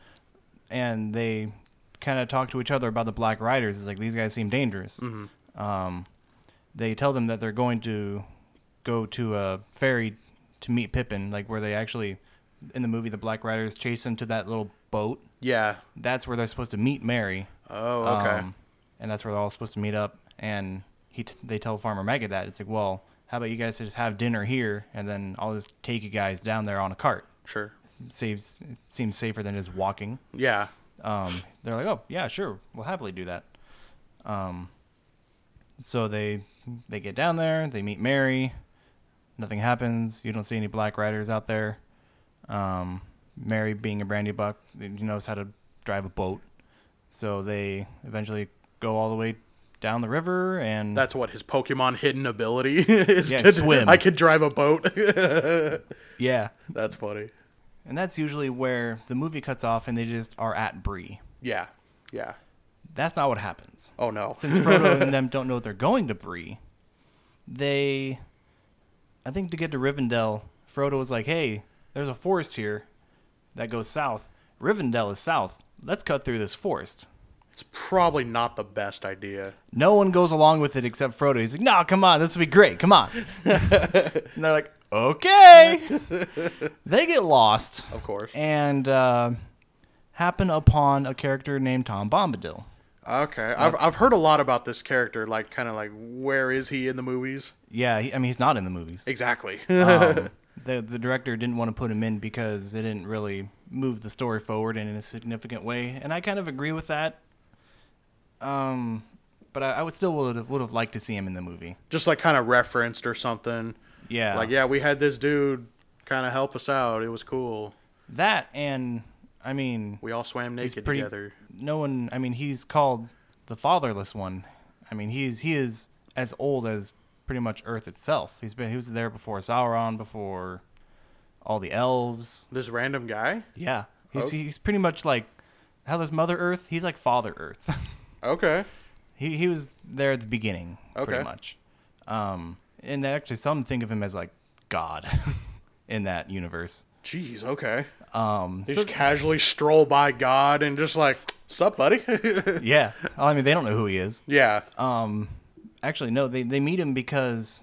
and they kind of talk to each other about the Black Riders. It's like these guys seem dangerous. Um, they tell them that they're going to go to a ferry to meet Pippin, like where they actually in the movie the Black Riders chase them to that little boat. Yeah. That's where they're supposed to meet Mary. Oh, okay. Um, and that's where they're all supposed to meet up. And he t- they tell Farmer Maggot that it's like, well, how about you guys just have dinner here, and then I'll just take you guys down there on a cart. Sure. Saves it seems safer than just walking. Yeah. Um, they're like, oh yeah, sure, we'll happily do that. Um, so they they get down there, they meet Mary. Nothing happens. You don't see any black riders out there. Um, Mary, being a brandy buck, you knows how to drive a boat. So they eventually go all the way down the river and That's what his Pokemon hidden ability is Yeah, to swim. I could drive a boat. yeah. That's funny. And that's usually where the movie cuts off and they just are at Bree. Yeah. Yeah. That's not what happens. Oh no. Since Frodo and them don't know they're going to Bree, they I think to get to Rivendell, Frodo was like, "Hey, there's a forest here that goes south. Rivendell is south. Let's cut through this forest." It's probably not the best idea. No one goes along with it except Frodo. He's like, "No, come on, this will be great. Come on." and they're like, "Okay." they get lost. Of course. and uh, happen upon a character named Tom Bombadil. Okay. I've I've heard a lot about this character, like kinda like where is he in the movies? Yeah, he, I mean he's not in the movies. Exactly. Um, the the director didn't want to put him in because it didn't really move the story forward in a significant way, and I kind of agree with that. Um, but I, I would still would have would have liked to see him in the movie. Just like kinda referenced or something. Yeah, Like, yeah, we had this dude kinda help us out. It was cool. that and I mean We all swam naked pretty- together. no one. I mean he's called the fatherless one. I mean he's he is as old as pretty much Earth itself. He's been he was there before Sauron, before all the elves. This random guy? Yeah. He's, Okay. he's pretty much like how there's Mother Earth. He's like Father Earth. Okay. he he was there at the beginning, Okay. pretty much. Um, and then actually, some think of him as like God in that universe. Jeez, okay. Um, They just casually stroll by God and just like, sup, buddy? yeah. I mean, they don't know who he is. yeah. Um, actually, no. They they meet him because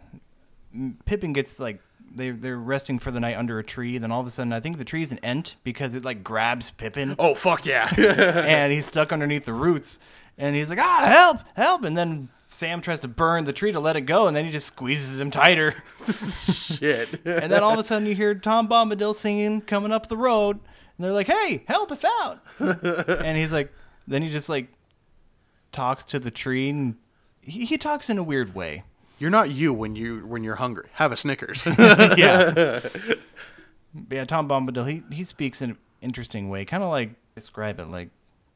m- Pippin gets like they they're resting for the night under a tree. Then all of a sudden, I think the tree's an ent because it like grabs Pippin. oh, fuck yeah. and he's stuck underneath the roots and he's like ah help help and then sam tries to burn the tree to let it go and then he just squeezes him tighter Shit. and then all of a sudden you hear tom bombadil singing coming up the road and they're like hey help us out and he's like then he just like talks to the tree and he, he talks in a weird way You're not you when you when you're hungry. Have a Snickers. yeah yeah tom bombadil he, he speaks in an interesting way kind of like describe it like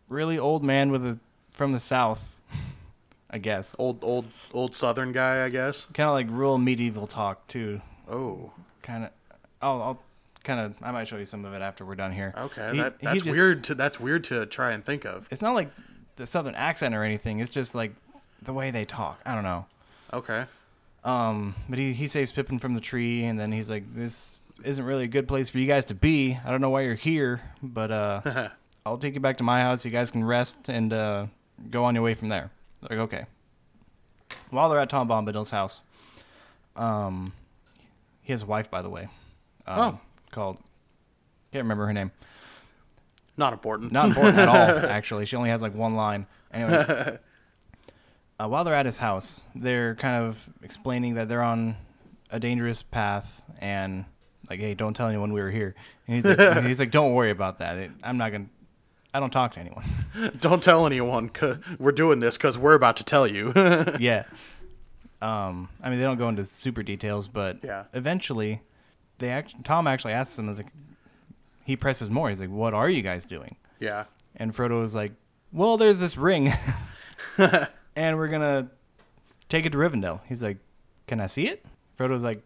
really old man with a from the south i guess old old old southern guy, I guess. kind of like real medieval talk too. Oh. Kind of, I'll, I'll kind of, I might show you some of it after we're done here. Okay. He- that, he that's just- weird to that's weird to try and think of. It's not like the southern accent or anything. It's just like the way they talk. I don't know. Okay. Um, but he he saves Pippin from the tree, and then he's like, "This isn't really a good place for you guys to be. I don't know why you're here, but uh, I'll take you back to my house. You guys can rest and uh, go on your way from there." They're like, okay. While they're at Tom Bombadil's house, um, he has a wife, by the way. Um, Oh. called can't remember her name. Not important. Not important at all, actually. She only has like one line. Anyways, uh, while they're at his house, they're kind of explaining that they're on a dangerous path and like, hey, don't tell anyone we were here. And he's like, he's like, don't worry about that. It- I'm not gonna. I don't talk to anyone. Don't tell anyone. we we're doing this because we're about to tell you. yeah. Um, I mean, they don't go into super details, but Yeah. eventually, they act- Tom actually asks him, is like, he presses more. He's like, what are you guys doing? yeah. And Frodo was like, "Well, there's this ring, and we're gonna take it to Rivendell." He's like, "Can I see it?" Frodo's like,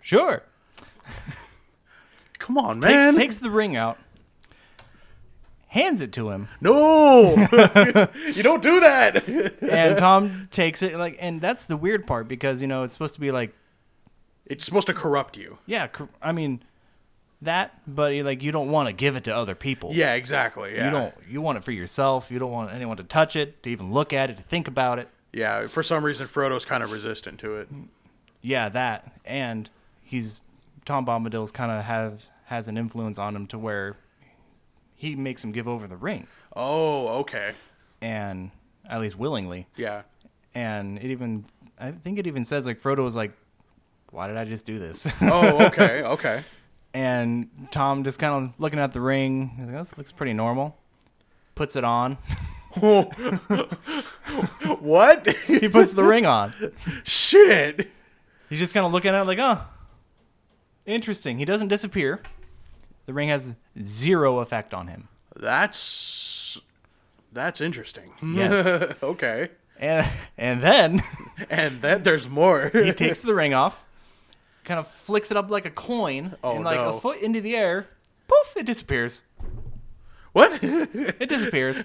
"Sure." Come on, man. Takes, takes the ring out, hands it to him, No, you don't do that. and Tom takes it. Like, and that's the weird part because you know it's supposed to be like, It's supposed to corrupt you. yeah, cor- I mean that, but eh, like you don't want to give it to other people. Yeah, exactly. Yeah. You don't. You want it for yourself. You don't want anyone to touch it, to even look at it, to think about it. Yeah, for some reason Frodo's kind of resistant to it. Yeah, that and he's Tom Bombadil's kind of have has an influence on him to where he makes him give over the ring, Oh, okay. and at least willingly. Yeah. And it even I think it even says like Frodo was like, why did I just do this? Oh, okay, okay. and Tom just kind of looking at the ring. he's like, "Oh, this looks pretty normal. Puts it on. what? he puts the ring on. Shit. He's just kind of looking at it like, oh, interesting. He doesn't disappear. The ring has zero effect on him. That's that's interesting. Yes. okay. And and then And then there's more. he takes the ring off, kind of flicks it up like a coin, Oh, and like no. a foot into the air, poof, it disappears. what? It disappears.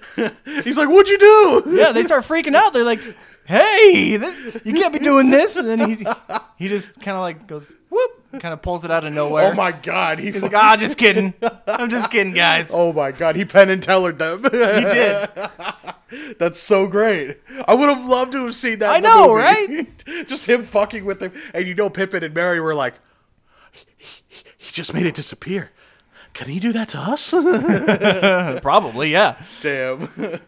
He's like, "What'd you do?" yeah, they start freaking out. They're like, "Hey, th- you can't be doing this!" And then he he just kind of like goes whoop, kind of pulls it out of nowhere. Oh my god. He He's like, fu- "Ah, just kidding. I'm just kidding, guys." Oh my god, he Penn and Tellered them. He did. That's so great. I would have loved to have seen that. I in the know, movie. just him fucking with him, and you know, Pippin and Mary were like, he, he, "He just made it disappear. Can he do that to us?" Probably, yeah. Damn,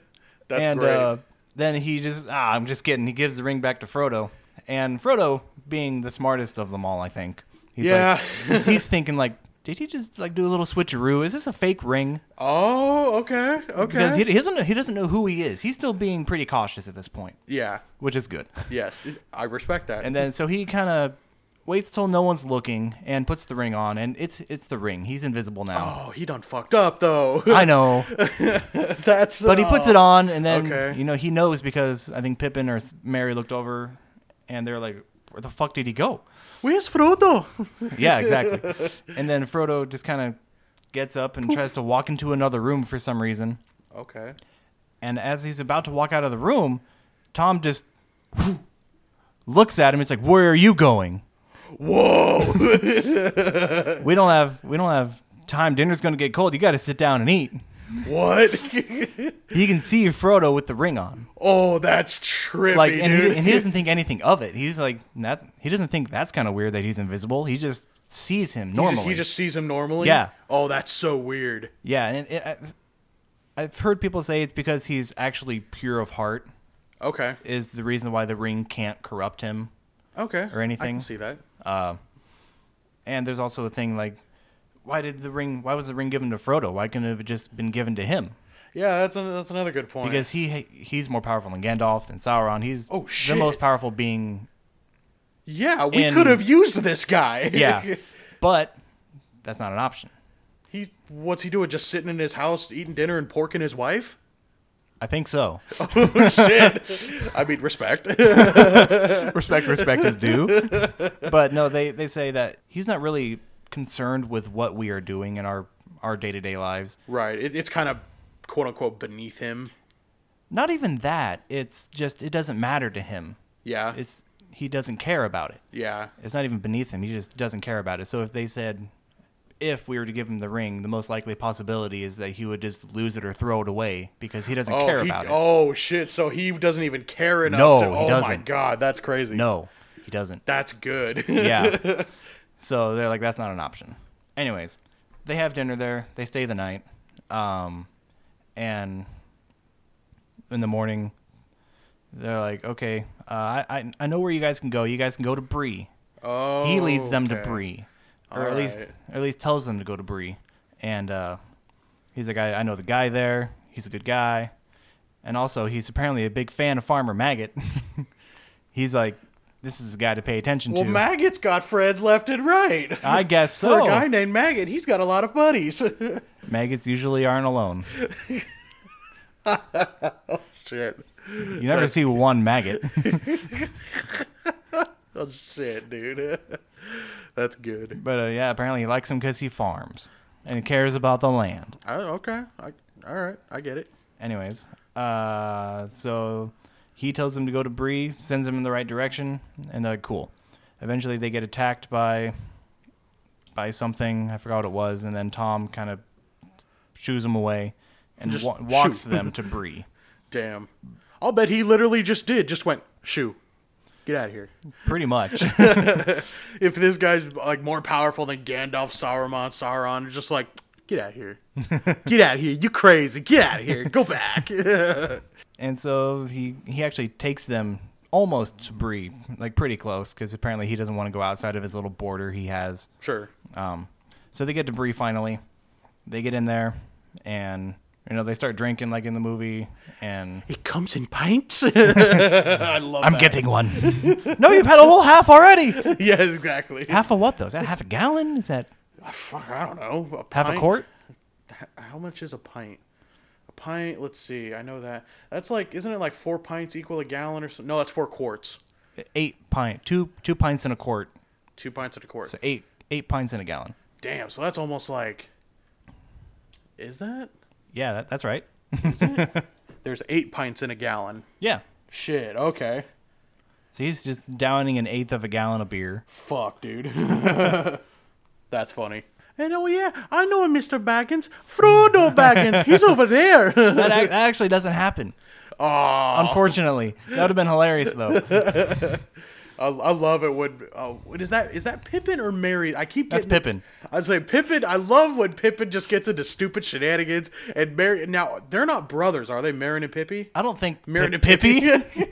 that's and great. Uh, then he just ah, I'm just kidding. He gives the ring back to Frodo, and Frodo, being the smartest of them all, I think. He's Yeah. Like, 'cause he's thinking like, did he just like do a little switcheroo? Is this a fake ring? oh, okay, Because okay. he, he doesn't know, he doesn't know who he is. He's still being pretty cautious at this point, yeah, which is good. yes, I respect that. And then so he kind of waits till no one's looking and puts the ring on, and it's it's the ring. He's invisible now. oh, he done fucked up though. I know, that's uh, but he puts it on, and then Okay. you know he knows because I think Pippin or S- Mary looked over, and they're like, "Where the fuck did he go?" Where's Frodo? yeah, exactly. and then Frodo just kind of gets up and tries to walk into another room for some reason. Okay. And as he's about to walk out of the room, Tom just looks at him. He's like, "Where are you going?" Whoa. We don't have we don't have time. Dinner's gonna get cold. You gotta sit down and eat. what? He can see Frodo with the ring on. oh, that's trippy, Like and dude. he, and he doesn't think anything of it. He's like that he doesn't think that's kinda weird that he's invisible. He just sees him He just- normally. He just sees him normally. Yeah. Oh, that's so weird. yeah, and it, I, I've heard people say it's because he's actually pure of heart Okay. is the reason why the ring can't corrupt him. Okay. Or anything. I can see that. And there's also a thing like why did the ring why was the ring given to Frodo? Why couldn't it have just been given to him? Yeah, that's an, that's another good point. because he he's more powerful than Gandalf than Sauron. He's Oh, the shit. most powerful being. yeah, we in- could have used this guy. Yeah, but that's not an option. he what's he doing? Just sitting in his house eating dinner and porking his wife? I think so. I mean, respect. respect, respect is due. But no, they they say that he's not really concerned with what we are doing in our our day to day lives. right. It, it's kind of quote unquote beneath him. Not even that. It's just it doesn't matter to him. Yeah. It's he doesn't care about it. yeah. It's not even beneath him. He just doesn't care about it. So if they said, if we were to give him the ring, the most likely possibility is that he would just lose it or throw it away because he doesn't Oh, care he- about it. oh shit! So he doesn't even care enough. No, to, he oh my doesn't. god, that's crazy. No, he doesn't. that's good. Yeah. so they're like, that's not an option. Anyways, they have dinner there. They stay the night. Um, and in the morning, they're like, okay, uh, I, I I know where you guys can go. You guys can go to Bree. oh, he leads them to okay. Bree, or at All least right. or at least tells them to go to Bree. And uh, he's like, I, I know the guy there. He's a good guy, and also he's apparently a big fan of Farmer Maggot. he's like, this is a guy to pay attention Well, to. Maggot's got friends left and right. I guess For a guy so. named Maggot, he's got a lot of buddies. Maggots usually aren't alone. shit. You never see one maggot. Oh shit, dude. That's good. But uh, yeah, apparently he likes him because he farms and he cares about the land. I, okay. I, all right. I get it. Anyways, uh, so he tells them to go to Bree, sends them in the right direction, and they're like, cool. Eventually, they get attacked by by something. I forgot what it was, and then Tom kind of shoos them away and Just wa- walks shoot. them to Bree. Damn. I'll bet he literally just did. Just went shoo. Get out of here. Pretty much. If this guy's like more powerful than Gandalf, Sauron, Sauron, just like get out of here. get out of here. You crazy. Get out of here. Go back. and so he he actually takes them almost to Bree, like pretty close, because apparently he doesn't want to go outside of his little border he has. Sure. Um, so they get to Bree finally. They get in there, and you know they start drinking like in the movie. And It comes in pints. I love. I'm getting one. no, you've had a whole half already. that. Yeah, exactly. Half of what though? Is that half a gallon? Is that Fuck, I don't know. half pint? a quart? How much is a pint? A pint. Let's see. I know that. That's like, isn't it like four pints equal a gallon or something? No, that's four quarts. Eight pint, two two pints in a quart. Two pints and a quart. So eight eight pints in a gallon. Damn. So that's almost like. Is that? Yeah, that, that's right. There's eight pints in a gallon. Yeah. Shit. Okay. So he's just downing an eighth of a gallon of beer. Fuck, dude. That's funny. And oh yeah, I know a Mr. Baggins, Frodo Baggins. He's over there. That, ac- that actually doesn't happen. Unfortunately, that would have been hilarious though. I, I love it when. Oh, what is that? Is that Pippin or Mary? I keep That's getting Pippin. I say Pippin. I love when Pippin just gets into stupid shenanigans. And Mary. Now they're not brothers, are they? Mary and Pippi. I don't think Mary Pi- and Pippy.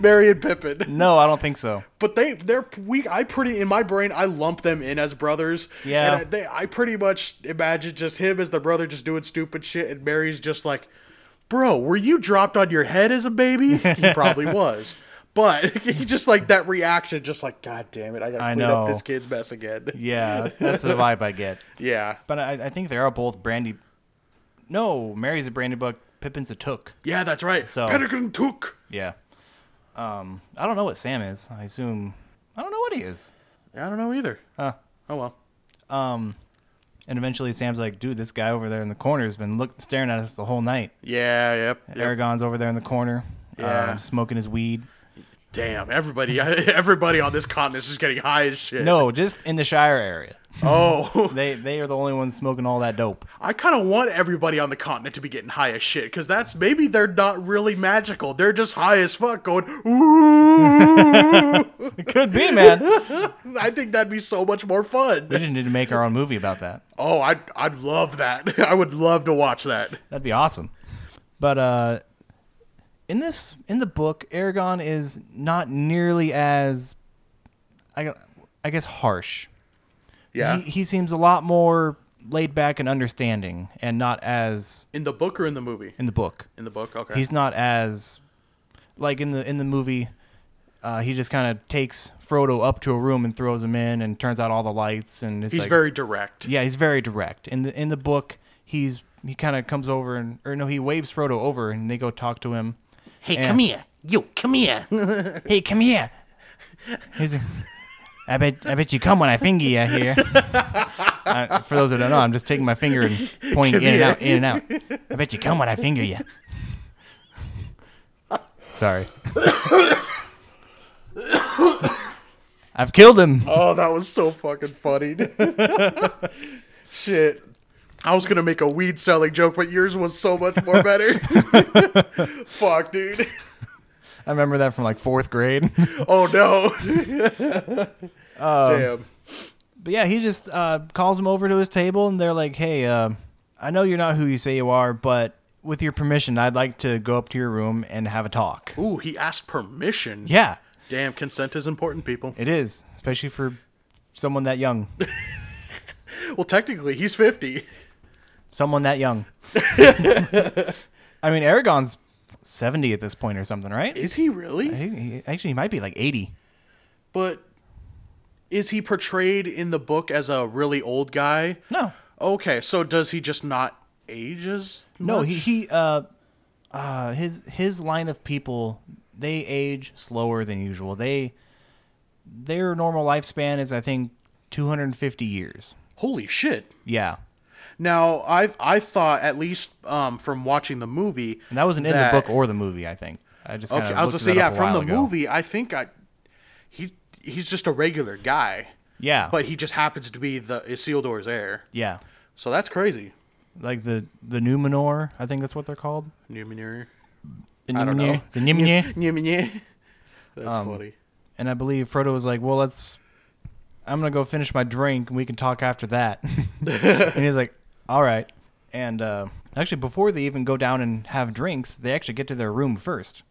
Mary and Pippin. No, I don't think so. But they they're we I pretty in my brain I lump them in as brothers. Yeah. And I, they, I pretty much imagine just him as the brother just doing stupid shit and Mary's just like, "Bro, were you dropped on your head as a baby?" He probably was. But he just like that reaction just like, "God damn it, I got to I clean up know. this kid's mess again." Yeah, that's the vibe I get. Yeah. But I, I think they are both brandy. No, Mary's a brandy buck. Pippin's a took. Yeah, that's right. So- Peregrine took. Yeah. Um, I don't know what Sam is. I assume I don't know what he is. I don't know either. Huh. Oh well. And eventually, Sam's like, "Dude, this guy over there in the corner has been look staring at us the whole night." Yeah, yep. yep. Aragon's over there in the corner, Yeah. um, smoking his weed. Damn, everybody everybody on this continent is just getting high as shit. No, just in the Shire area. Oh. They they are the only ones smoking all that dope. I kind of want everybody on the continent to be getting high as shit because that's maybe they're not really magical. They're just high as fuck going, ooh. It could be, man. we I think that'd be so much more fun. just need to make our own movie about that. Oh, I'd, I'd love that. I would love to watch that. That'd be awesome. But uh, in this in the book, Aragon is not nearly as I gu- I guess harsh. Yeah. He, he seems a lot more laid back and understanding, and not as in the book or in the movie? in the book. In the book, okay. He's not as like in the in the movie. Uh, he just kind of takes Frodo up to a room and throws him in, and turns out all the lights. And it's He's like, very direct. yeah, he's very direct. In the in the book, he's he kind of comes over and or no, he waves Frodo over and they go talk to him. Hey, And- come here. You, come here. Hey, come here. He's like, I bet I bet you come when I finger you here. Uh, for those that don't know, I'm just taking my finger and pointing in and out, in and out. I bet you come when I finger you. Sorry. I've killed him. Oh, that was so fucking funny. shit. I was going to make a weed selling joke, but yours was so much more better. fuck, dude. I remember that from like fourth grade. Oh, no. Damn. But yeah, he just uh, calls him over to his table, and they're like, "Hey, uh, I know you're not who you say you are, but with your permission, I'd like to go up to your room and have a talk." Ooh, he asked permission. Yeah, Damn, consent is important, people. it is, especially for someone that young. Well, technically, he's 50. someone that young. I mean, Aragon's seventy at this point or something, right? Is he really? He, he, actually, he might be like eighty. But is he portrayed in the book as a really old guy? No, Okay, so does he just not age as no, much? he he uh, uh, his his line of people they age slower than usual. They their normal lifespan is I think 250 years. Holy shit. Yeah, Now, I've I thought at least um, from watching the movie and that wasn't in that- the book or the movie. I think I just Okay, kinda I was gonna looked say that yeah. up a From while the ago. movie, I think I he he's just a regular guy, Yeah, but he just happens to be the Isildur's heir. yeah, So that's crazy. like the the Numenor. I think that's what they're called. Numenir. The I don't Numenor- know. The Numenor. Numenir. That's Um, funny. and I believe Frodo was like, "Well, let's. I'm gonna go finish my drink, and we can talk after that." and he's like, "All right." And uh, actually, before they even go down and have drinks, they actually get to their room first,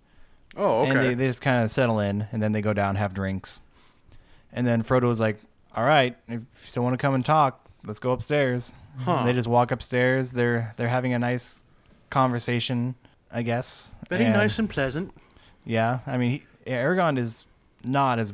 Oh, okay. And they, they just kind of settle in, and then they go down, have drinks. And then Frodo's like, all right, if you still want to come and talk, let's go upstairs. Huh. And they just walk upstairs. They're they're having a nice conversation, I guess. Very And- nice and pleasant. Yeah, I mean, he, Aragon is not as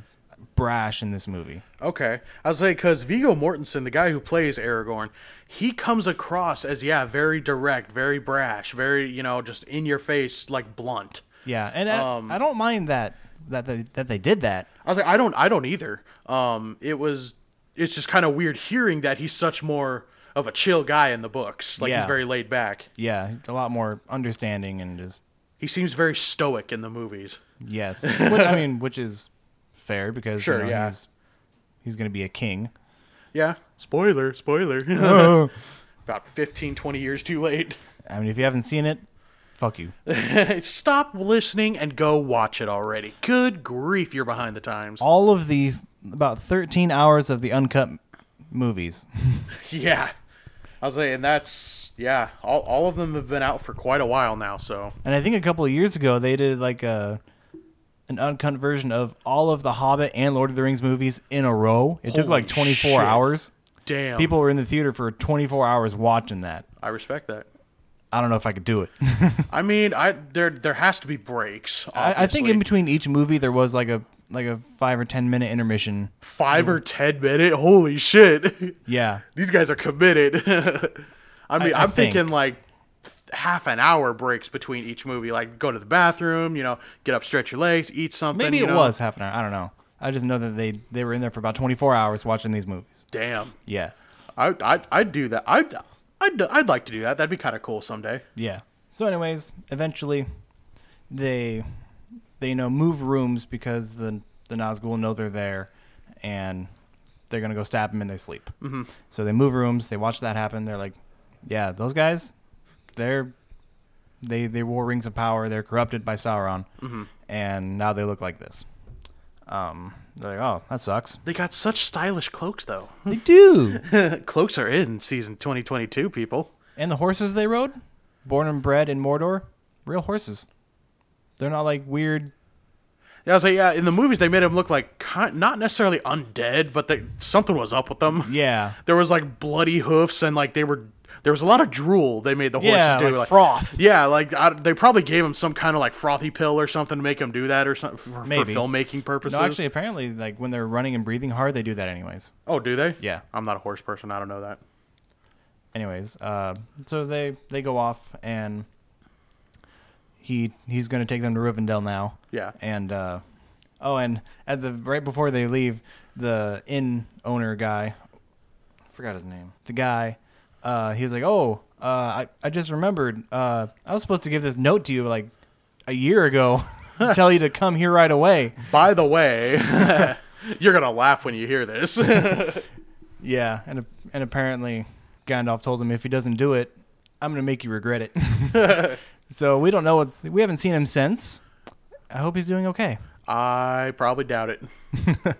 brash in this movie. Okay, I was like, because Vigo Mortensen, the guy who plays Aragorn, he comes across as yeah, very direct, very brash, very you know, just in your face, like blunt. Yeah, and I, Um, I don't mind that that they, that they did that. I was like, I don't, I don't either. Um, it was, it's just kind of weird hearing that he's such more of a chill guy in the books. Like Yeah. he's very laid back. Yeah, a lot more understanding and just He seems very stoic in the movies. yes. Which, I mean, which is fair because Sure, you know, yeah. he's he's going to be a king. Yeah. Spoiler, spoiler. About 15, 20 years too late. I mean, if you haven't seen it, fuck you. Stop listening and go watch it already. Good grief, you're behind the times. All of the about 13 hours of the uncut movies. Yeah. I was saying that's yeah. All, all of them have been out for quite a while now, so And I think a couple of years ago they did like a an uncut version of all of the Hobbit and Lord of the Rings movies in a row. It took Holy like 24 shit. hours. damn. People were in the theater for 24 hours watching that. I respect that. I don't know if I could do it. I mean, I there there has to be breaks. I, I think in obviously. between each movie there was like a like a 5 or 10 minute intermission. five or ten minute. Holy shit, Yeah. these guys are committed. I mean, I I, am think. thinking like half an hour breaks between each movie. Like go to the bathroom, you know, get up, stretch your legs, eat something. Maybe you it know? was half an hour. I don't know. I just know that they they were in there for about 24 hours watching these movies. Damn, Yeah. I I I'd do that. I. would I'd, I'd like to do that. That'd be kind of cool someday. Yeah. So, anyways, eventually, they they you know move rooms because the the Nazgul know they're there, and they're gonna go stab them in their sleep. Mm-hmm. So they move rooms. They watch that happen. They're like, yeah, those guys, they're they they wore rings of power. They're corrupted by Sauron, and now they look like this. Um, they're like, oh, that sucks. They got such stylish cloaks, though. They do. cloaks are in season 2022, people. And the horses they rode, born and bred in Mordor, real horses. They're not like weird. Yeah, I was like, yeah, in the movies they made them look like ki- not necessarily undead, but they, something was up with them. Yeah. There was like bloody hoofs and like they were there was a lot of drool they made the horses Yeah, do like froth. Yeah, like I, they probably gave them some kind of like frothy pill or something to make them do that or something for, for Maybe. filmmaking purposes. No, actually, apparently, like when they're running and breathing hard, they do that anyways. oh, do they? Yeah. I'm not a horse person. I don't know that. Anyways, uh, so they they go off and he he's gonna take them to Rivendell now. Yeah. And uh, oh, and at the right before they leave, the inn owner guy, I forgot his name. The guy, uh, he was like, oh, uh, I I just remembered. Uh, I was supposed to give this note to you like a year ago. to tell you to come here right away. By the way, you're gonna laugh when you hear this. Yeah, and and apparently Gandalf told him if he doesn't do it, I'm gonna make you regret it. so we don't know what's we haven't seen him since. I hope he's doing okay. I probably doubt it.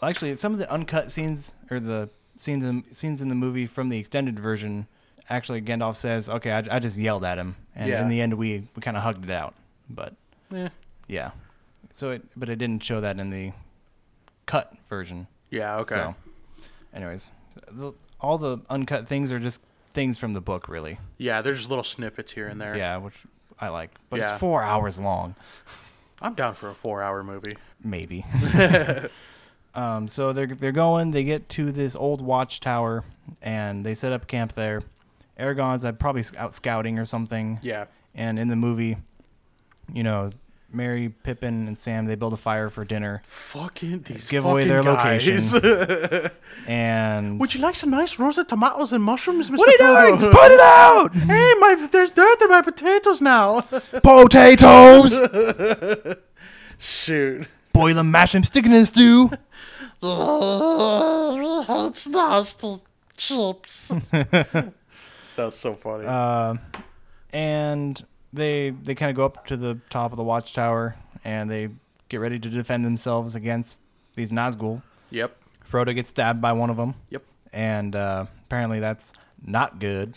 Actually, some of the uncut scenes or the scenes in, scenes in the movie from the extended version, actually Gandalf says, "Okay, I, I just yelled at him," and Yeah. in the end we we kind of hugged it out. But yeah, so it but it didn't show that in the cut version. Yeah. Okay. So, anyways, the, all the uncut things are just things from the book, really. Yeah, there's just little snippets here and there. Yeah, which I like. But Yeah. it's four hours long, I'm down for a four-hour movie. maybe. um, so they're they're going. They get to this old watchtower, and they set up camp there. Aragon's uh, probably s- out scouting or something. Yeah. And in the movie, you know, Mary, Pippin, and Sam they build a fire for dinner, Fucking these Give away their fucking guys. location. and Would you like some nice roasted tomatoes and mushrooms, Mr. what are you Frodo? doing? Put it out! Hey, my there's dirt in my potatoes now. Potatoes. Shoot. Boil them, mash them, stick it in a stew. it's nasty chips. that was so funny. and they they kind of go up to the top of the watchtower and they get ready to defend themselves against these Nazgul. yep. Frodo gets stabbed by one of them, Yep. and uh, apparently that's not good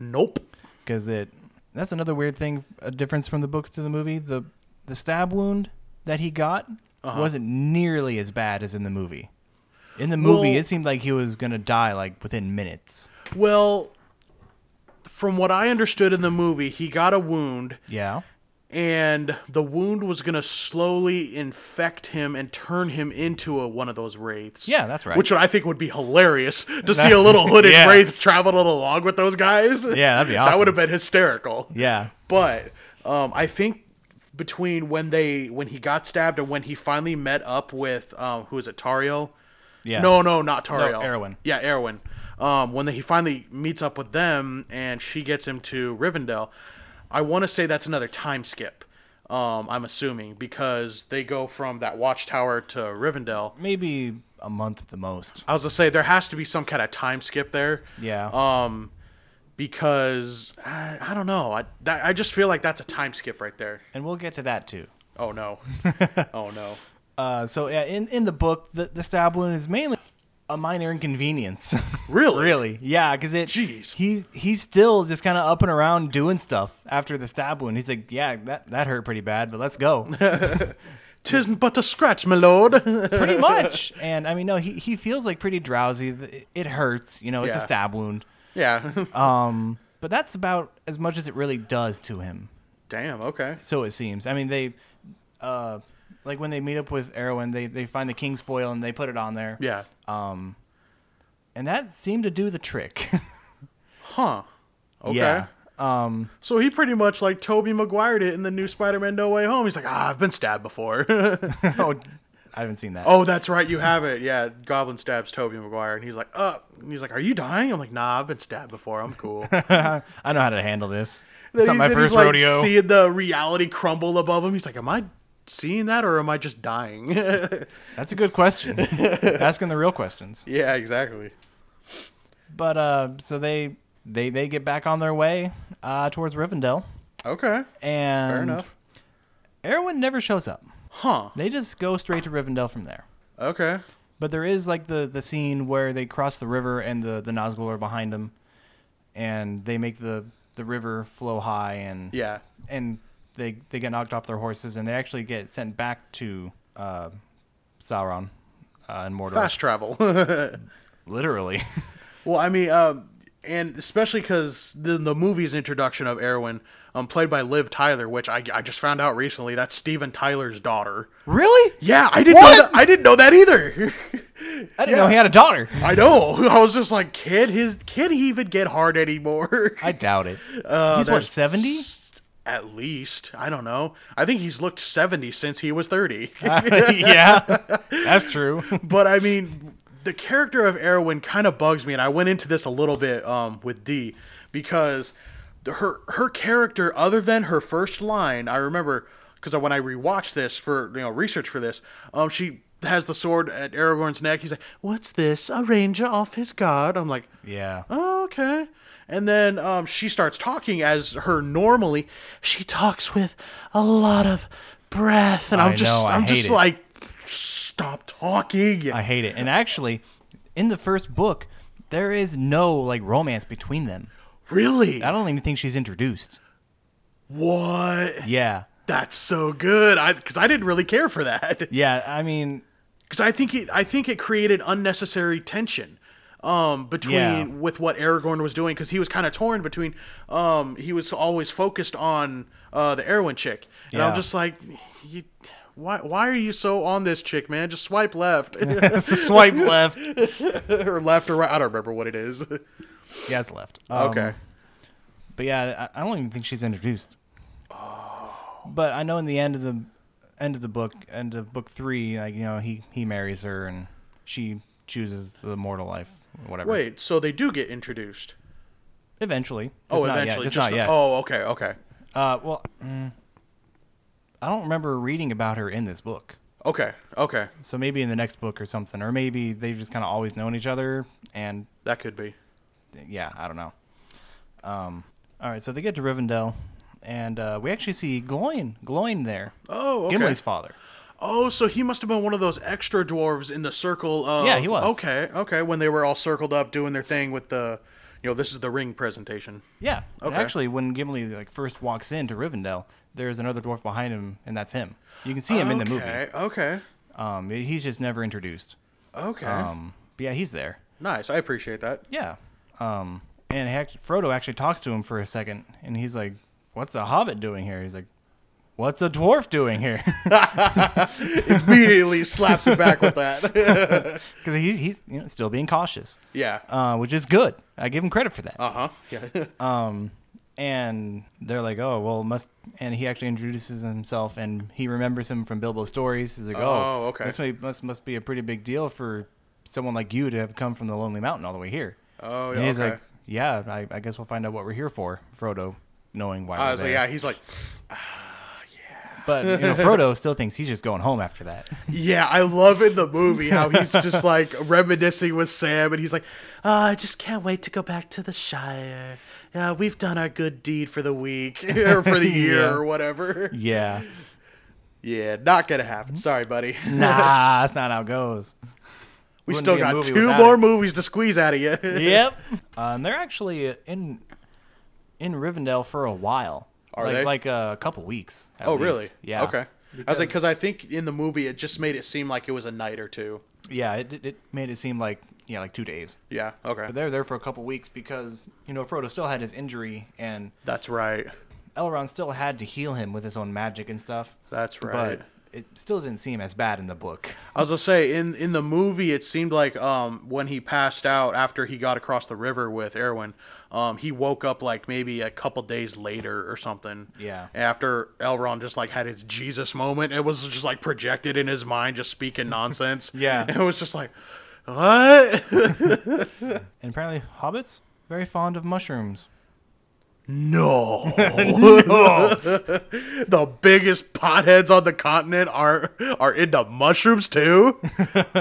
Nope. because it That's another weird thing, a difference from the book to the movie. The the stab wound that he got Uh-huh. wasn't nearly as bad as in the movie. In the movie, Well- it seemed like he was gonna die like within minutes. Well, from what I understood in the movie, he got a wound, Yeah. and the wound was going to slowly infect him and turn him into a, one of those wraiths. Yeah, that's right. Which I think would be hilarious to see a little hooded Yeah. wraith traveling along with those guys. Yeah, that'd be That awesome. would have been hysterical. Yeah. But um, I think between when they when he got stabbed and when he finally met up with um, who is it Tario? Yeah. No, no, not Tario. Erwin. Yeah, Erwin. Um, when he finally meets up with them and she gets him to Rivendell, I want to say that's another time skip. Um, I'm assuming because they go from that watchtower to Rivendell. Maybe a month at the most. I was gonna say there has to be some kind of time skip there. Yeah. Um, because I, I don't know. I that, I just feel like that's a time skip right there. and we'll get to that too. Oh no. oh no. Uh, so yeah, in, in the book, the, the stab wound is mainly a minor inconvenience. Really? really? Yeah, because it. Jeez. He he's still just kind of up and around doing stuff after the stab wound. He's like, yeah, that that hurt pretty bad, but let's go. Tisn't but a scratch, my lord. pretty much. And I mean, no, he he feels like pretty drowsy. Th- It hurts. You know, it's a Yeah. stab wound. yeah. But that's about as much as it really does to him. Damn. Okay. So it seems. I mean, they, uh, like when they meet up with Erwin, they they find the king's foil and they put it on there. Yeah. and that seemed to do the trick. Huh. Okay. Yeah. So he pretty much like Toby Maguire did in the new Spider-Man No Way Home. He's like, ah, I've been stabbed before. oh, I haven't seen that. oh, that's right, you have it. Yeah, Goblin stabs Toby Maguire, and he's like, uh, and he's like, are you dying? I'm like, nah, I've been stabbed before. I'm cool. I know how to handle this. Then It's not he- my then first he's, like, rodeo. Seeing the reality crumble above him, he's like, am I seeing that or am I just dying? That's a good question. Asking the real questions. yeah, exactly. But uh, so they they they get back on their way uh, towards Rivendell, Okay. and Fair enough. Erwin never shows up. Huh. They just go straight to Rivendell from there. Okay. But there is like the the scene where they cross the river and the the Nazgul are behind them, and they make the the river flow high and Yeah. and they they get knocked off their horses and they actually get sent back to uh, Sauron uh, and Mordor. Fast travel. Literally, Well, I mean, um, and especially because the, the movie's introduction of Erwin, um, played by Liv Tyler, which I, I just found out recently, that's Steven Tyler's daughter. really? Yeah, I didn't know What? that. I didn't know that either. I didn't know he had a daughter. I know. I was just like, kid, his can he even get hard anymore? I doubt it. He's what there's- seventy? At least I don't know. I think he's looked seventy since he was thirty. yeah, that's true. but I mean, the character of Erwin kind of bugs me, and I went into this a little bit um, with D because the- her her character, other than her first line, I remember because when I rewatched this for you know research for this, um, she has the sword at Aragorn's neck. He's like, "What's this? A ranger off his guard?" I'm like, Yeah, oh, okay. And then um, she starts talking as her normally. She talks with a lot of breath, and I'm I just, know, I I'm hate just it. like, stop talking. I hate it. And actually, in the first book, there is no like romance between them. really? I don't even think she's introduced. What? Yeah, That's so good. I because I didn't really care for that. yeah. I mean, because I think it, I think it created unnecessary tension um, between Yeah. with what Aragorn was doing because he was kind of torn between um, he was always focused on uh, the Erwin chick and Yeah. I'm just like you, why why are you so on this chick man just swipe left swipe left. or left or right I don't remember what it is Um, Yeah, it's left. Um, okay But yeah, I, I don't even think she's introduced. Oh. But I know in the end of the end of the book, end of book three, like you know, he he marries her and she chooses the mortal life, whatever. wait so they do get introduced eventually. Just oh not eventually yet. Just, not the- yet. oh okay okay Uh, well, mm, I don't remember reading about her in this book. okay okay So maybe in the next book or something, or maybe they've just kind of always known each other, and that could be yeah, I don't know. Um, all right, so they get to Rivendell, and uh, we actually see Gloin, Gloin there, oh okay Gimli's father. Oh, so he must have been one of those extra dwarves in the circle of Yeah, he was. Okay, okay, when they were all circled up doing their thing with the you know, this is the ring presentation. Yeah. And Okay. actually, when Gimli like first walks into Rivendell, there's another dwarf behind him, and that's him. You can see him in the movie. Okay, okay, Um, he's just never introduced. okay. Um, but yeah, he's there. nice. I appreciate that. Yeah. Um, and he act- Frodo actually talks to him for a second, and he's like, "What's a hobbit doing here?" He's like, "What's a dwarf doing here?" Immediately slaps it back with that. Because he, he's you know, still being cautious, yeah. uh, which is good. I give him credit for that. Uh huh. oh, Yeah. and they're like, "Oh, well, must." And he actually introduces himself, and he remembers him from Bilbo's stories. He's like, "Oh, Oh, okay. This may, must must be a pretty big deal for someone like you to have come from the Lonely Mountain all the way here." Oh, And yeah, he's okay. like, "Yeah, I, I guess we'll find out what we're here for." Frodo, knowing why I we're was like, there, Ah, yeah. He's like, but you know, Frodo still thinks he's just going home after that. yeah. I love in the movie how he's just like reminiscing with Sam, and he's like, Ah, I just can't wait to go back to the Shire. Yeah, we've done our good deed for the week or for the year Yeah. or whatever. yeah, Yeah, not gonna Mm-hmm. happen. Sorry, buddy. nah, that's not how it goes. We Wouldn't still be a got movie two without more it. movies to squeeze out of you. yep. Uh, and they're actually in in Rivendell for a while. Are like, they? Like a couple weeks. at Oh, least. really? Yeah. Okay. I was like, because I think in the movie it just made it seem like it was a night or two. Yeah. It, it- it made it seem like yeah, like two days. Yeah. Okay. But they're there for a couple weeks because you know Frodo still had his injury and That's right. Elrond still had to heal him with his own magic and stuff. That's right. But it still didn't seem as bad in the book. I was gonna say in in the movie it seemed like um when he passed out after he got across the river with Erwin, um he woke up like maybe a couple days later or something. Yeah. After Elrond just like had his Jesus moment, it was just like projected in his mind, just speaking nonsense. Yeah. It was just like, what? And apparently, hobbits very fond of mushrooms. No. the biggest potheads on the continent are are into mushrooms too.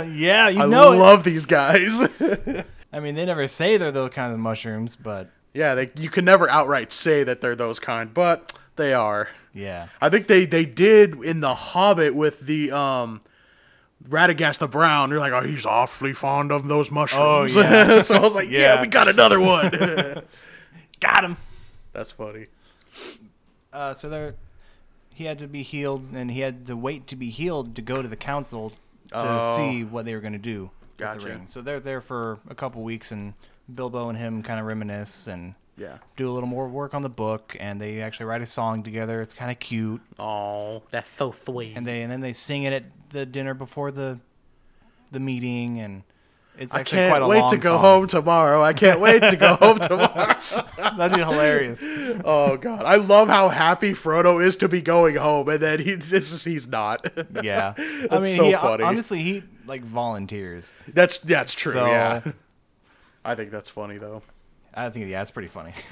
yeah, you I know. it. love these guys. I mean, they never say they're those kind of mushrooms, but yeah, they, you can never outright say that they're those kind, but they are. yeah. I think they they did in The Hobbit with the um Radagast the Brown. You're like, oh, he's awfully fond of those mushrooms. Oh, yeah. so I was like, yeah, Yeah. we got another one. Got him. That's funny. Uh, so there, he had to be healed, and he had to wait to be healed to go to the council to Oh. see what they were going to do. with the Gotcha. ring. So they're there for a couple weeks, and Bilbo and him kind of reminisce and Yeah. do a little more work on the book, and they actually write a song together. It's kind of cute, Oh, that's so sweet. and they and then they sing it at the dinner before the the meeting, and it's I actually can't quite a wait long to go song. home tomorrow. I can't wait to go home tomorrow. That'd be hilarious. Oh god, I love how happy Frodo is to be going home, and then he's it's just, he's not. Yeah, I That's mean, so he, funny. honestly, he like volunteers. that's that's true. So- Yeah, I think that's funny though. I think yeah, it's pretty funny.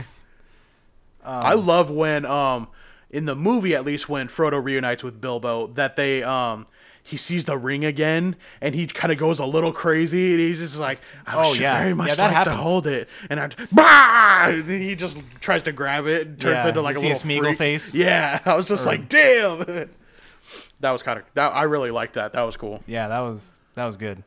I love when um in the movie at least when Frodo reunites with Bilbo that they um. He sees the ring again, and he kind of goes a little crazy, and he's just like, "I Oh, should yeah. very much Yeah, that like to happens. hold it." And I, bah! And he just tries to grab it, and turns Yeah, into like you a little see his Smeagol freak. face? Yeah, I was just like, "Damn!" that was kind of that. I really liked that. That was cool. Yeah, that was that was good.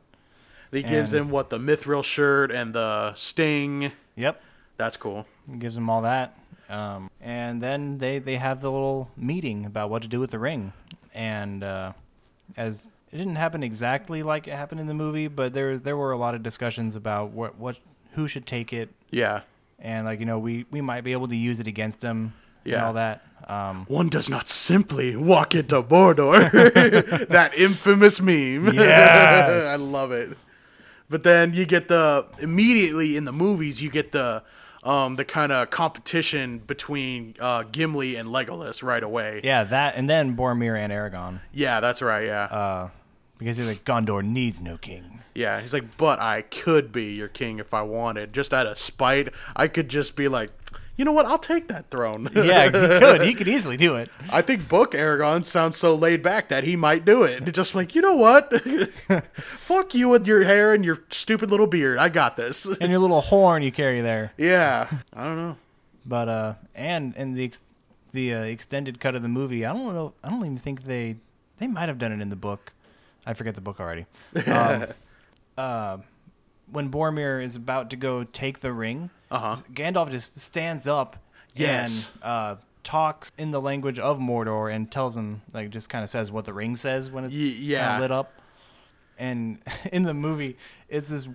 He gives And- him what the mithril shirt and the sting. Yep, That's cool. gives them all that, um, and then they they have the little meeting about what to do with the ring, and uh, as it didn't happen exactly like it happened in the movie, but there there were a lot of discussions about what what who should take it, Yeah. and like you know we we might be able to use it against them and Yeah. all that. Um, One does not simply walk into Mordor. that infamous meme. Yes. I love it. But then you get the immediately in the movies you get the um the kind of competition between uh Gimli and Legolas right away. yeah, that and then Boromir and Aragon, Yeah, that's right. Yeah. Uh. because he's like Gondor needs no king. yeah, he's like, "But I could be your king if I wanted. Just out of spite, I could just be like, you know what? I'll take that throne." Yeah, he could he could easily do it. I think Book Aragon sounds so laid back that he might do it. It's Just like, you know what? Fuck you with your hair and your stupid little beard. I got this. And your little horn you carry there. yeah. I don't know. But uh, and in the ex- the uh, extended cut of the movie, I don't know. I don't even think they they might have done it in the book. I forget the book already. Um, uh, when Boromir is about to go take the ring, Uh-huh. Gandalf just stands up Yes. and uh, talks in the language of Mordor and tells him like just kind of says what the ring says when it's Ye- yeah. kinda lit up. And in the movie, it's this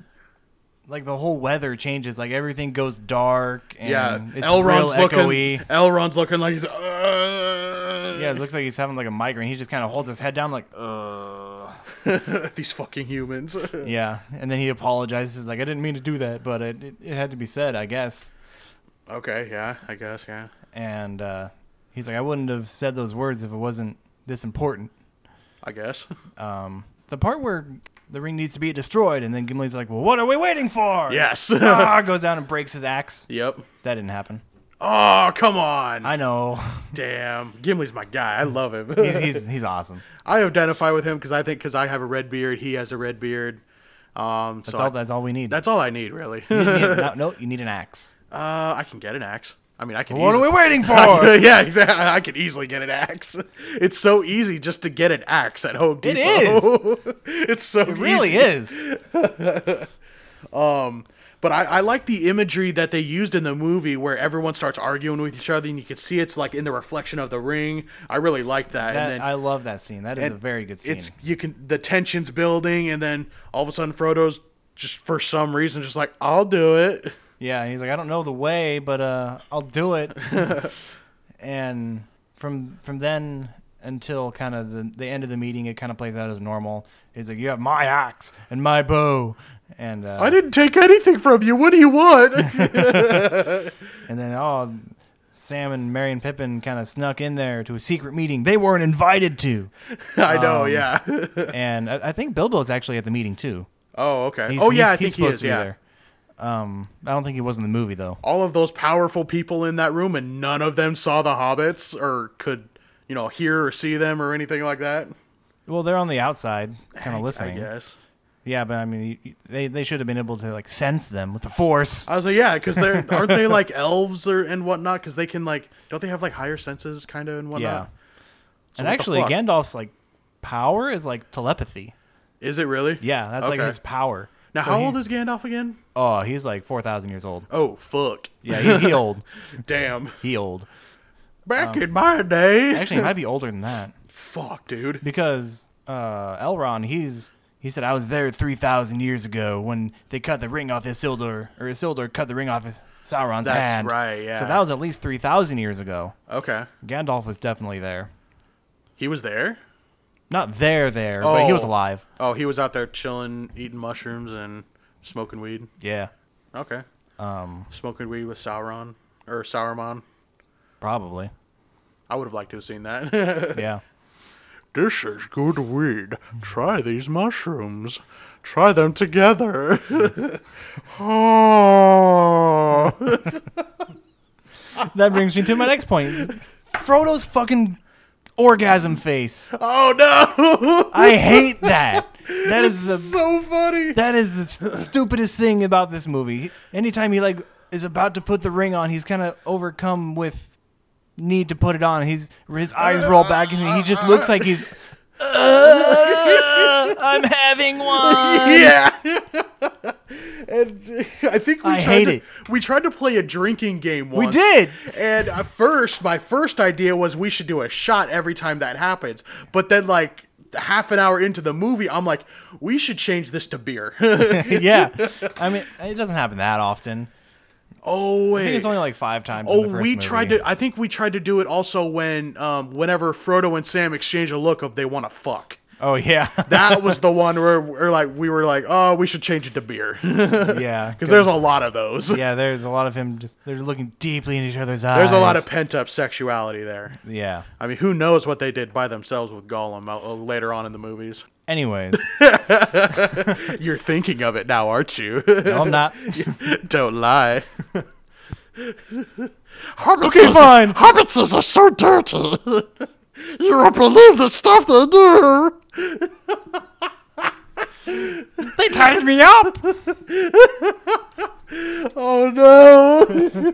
like the whole weather changes, like everything goes dark and yeah, it's Elrond's real looking. echoey. Elrond's looking like he's. Uh, Yeah, it looks like he's having like a migraine. He just kind of holds his head down, like, uh. these fucking humans. Yeah, and then he apologizes, like, I didn't mean to do that, but it, it, it had to be said, I guess. okay, yeah, I guess, yeah. And uh, he's like, I wouldn't have said those words if it wasn't this important. I guess. Um, the part where the ring needs to be destroyed, and then Gimli's like, Well, what are we waiting for? Yes. ah, goes down and breaks his axe. yep. That didn't happen. Oh, come on. I know. Damn. Gimli's my guy. I love him. he's, he's, he's awesome. I identify with him because I think because I have a red beard, he has a red beard. Um, That's, so all, I- that's all we need. that's all I need, really. uh, You need- no, no, you need an axe. I can get an axe. I mean, I can. What are easily- we waiting for? yeah, exactly. I could easily get an axe. It's so easy just to get an axe at Home Depot. is. it's so It really is. But I, I like the imagery that they used in the movie where everyone starts arguing with each other and you can see it's like in the reflection of the ring. I really like that. That, and then I love that scene. That is a and very good scene. it's you can the tension's building and then all of a sudden Frodo's just for some reason just like, I'll do it. Yeah, and he's like, I don't know the way, but uh, I'll do it. and from from then until kind of the, the end of the meeting, it kind of plays out as normal. He's like, you have my axe and my bow, and uh, I didn't take anything from you. What do you want? and then oh, Sam and Mary and Pippin kind of snuck in there to a secret meeting they weren't invited to. I know, Um, yeah. and I, I think Bilbo's actually at the meeting too. oh, okay. He's- oh he's- yeah, I he's think he supposed is, to be yeah. there. Um, I don't think he was in the movie though. all of those powerful people in that room and none of them saw the hobbits or could you know hear or see them or anything like that Well, they're on the outside, kind of i listening. guess Yeah, but I mean, you- you- they they should have been able to like sense them with the force. i was like yeah because they're aren't they like elves or and whatnot because they can like don't they have like higher senses kind of and yeah, whatnot So and what the actually, fuck? Gandalf's like power is like telepathy. is it really Yeah, that's like Okay. his power. now So how he- old is gandalf again Oh, he's like four thousand years old. oh fuck Yeah, he, he old. damn He old. back in my day Um, Actually, he might be older than that fuck dude because uh, Elrond, he's he said I was there three thousand years ago when they cut the ring off Isildur, or Isildur cut the ring off his, Sauron's That's hand. right, yeah. So that was at least three thousand years ago. okay Gandalf was definitely there. he was there Not there, there, but he was Oh. alive. oh he was out there chilling eating mushrooms and smoking weed Yeah, okay um smoking weed with sauron or sauron probably. I would have liked to have seen that. Yeah. this is good weed. Try these mushrooms. Try them together. oh. that brings me to my next point. Frodo's fucking orgasm face. Oh, no! I hate that. That is the so funny. that is the s- stupidest thing about this movie. Anytime he like is about to put the ring on, he's kind of overcome with need to put it on. He's his eyes roll back and he just looks like he's "Uh, I'm having one. yeah. and I think we I tried hate to, it. we tried to play a drinking game once. did. And at first, my first idea was we should do a shot every time that happens. But then, like half an hour into the movie, I'm like, we should change this to beer. yeah. I mean, it doesn't happen that often. oh wait. I think it's only like 5 times in the Oh, first we movie. tried to. I think we tried to do it also when, um, whenever Frodo and Sam exchange a look of they want to fuck. Oh yeah. That was the one where, where like we were like, oh, we should change it to beer because yeah. there's a lot of those. yeah, there's a lot of him just they're looking deeply in each other's eyes. There's a lot of pent up sexuality there. yeah. I mean, who knows what they did by themselves with Gollum uh, uh, later on in the movies? Anyways, You're thinking of it now, aren't you? no, I'm not. Don't lie. Hobbitses, okay, fine. Hobbitses are so dirty. you don't believe the stuff they do. they tied me up. Oh no!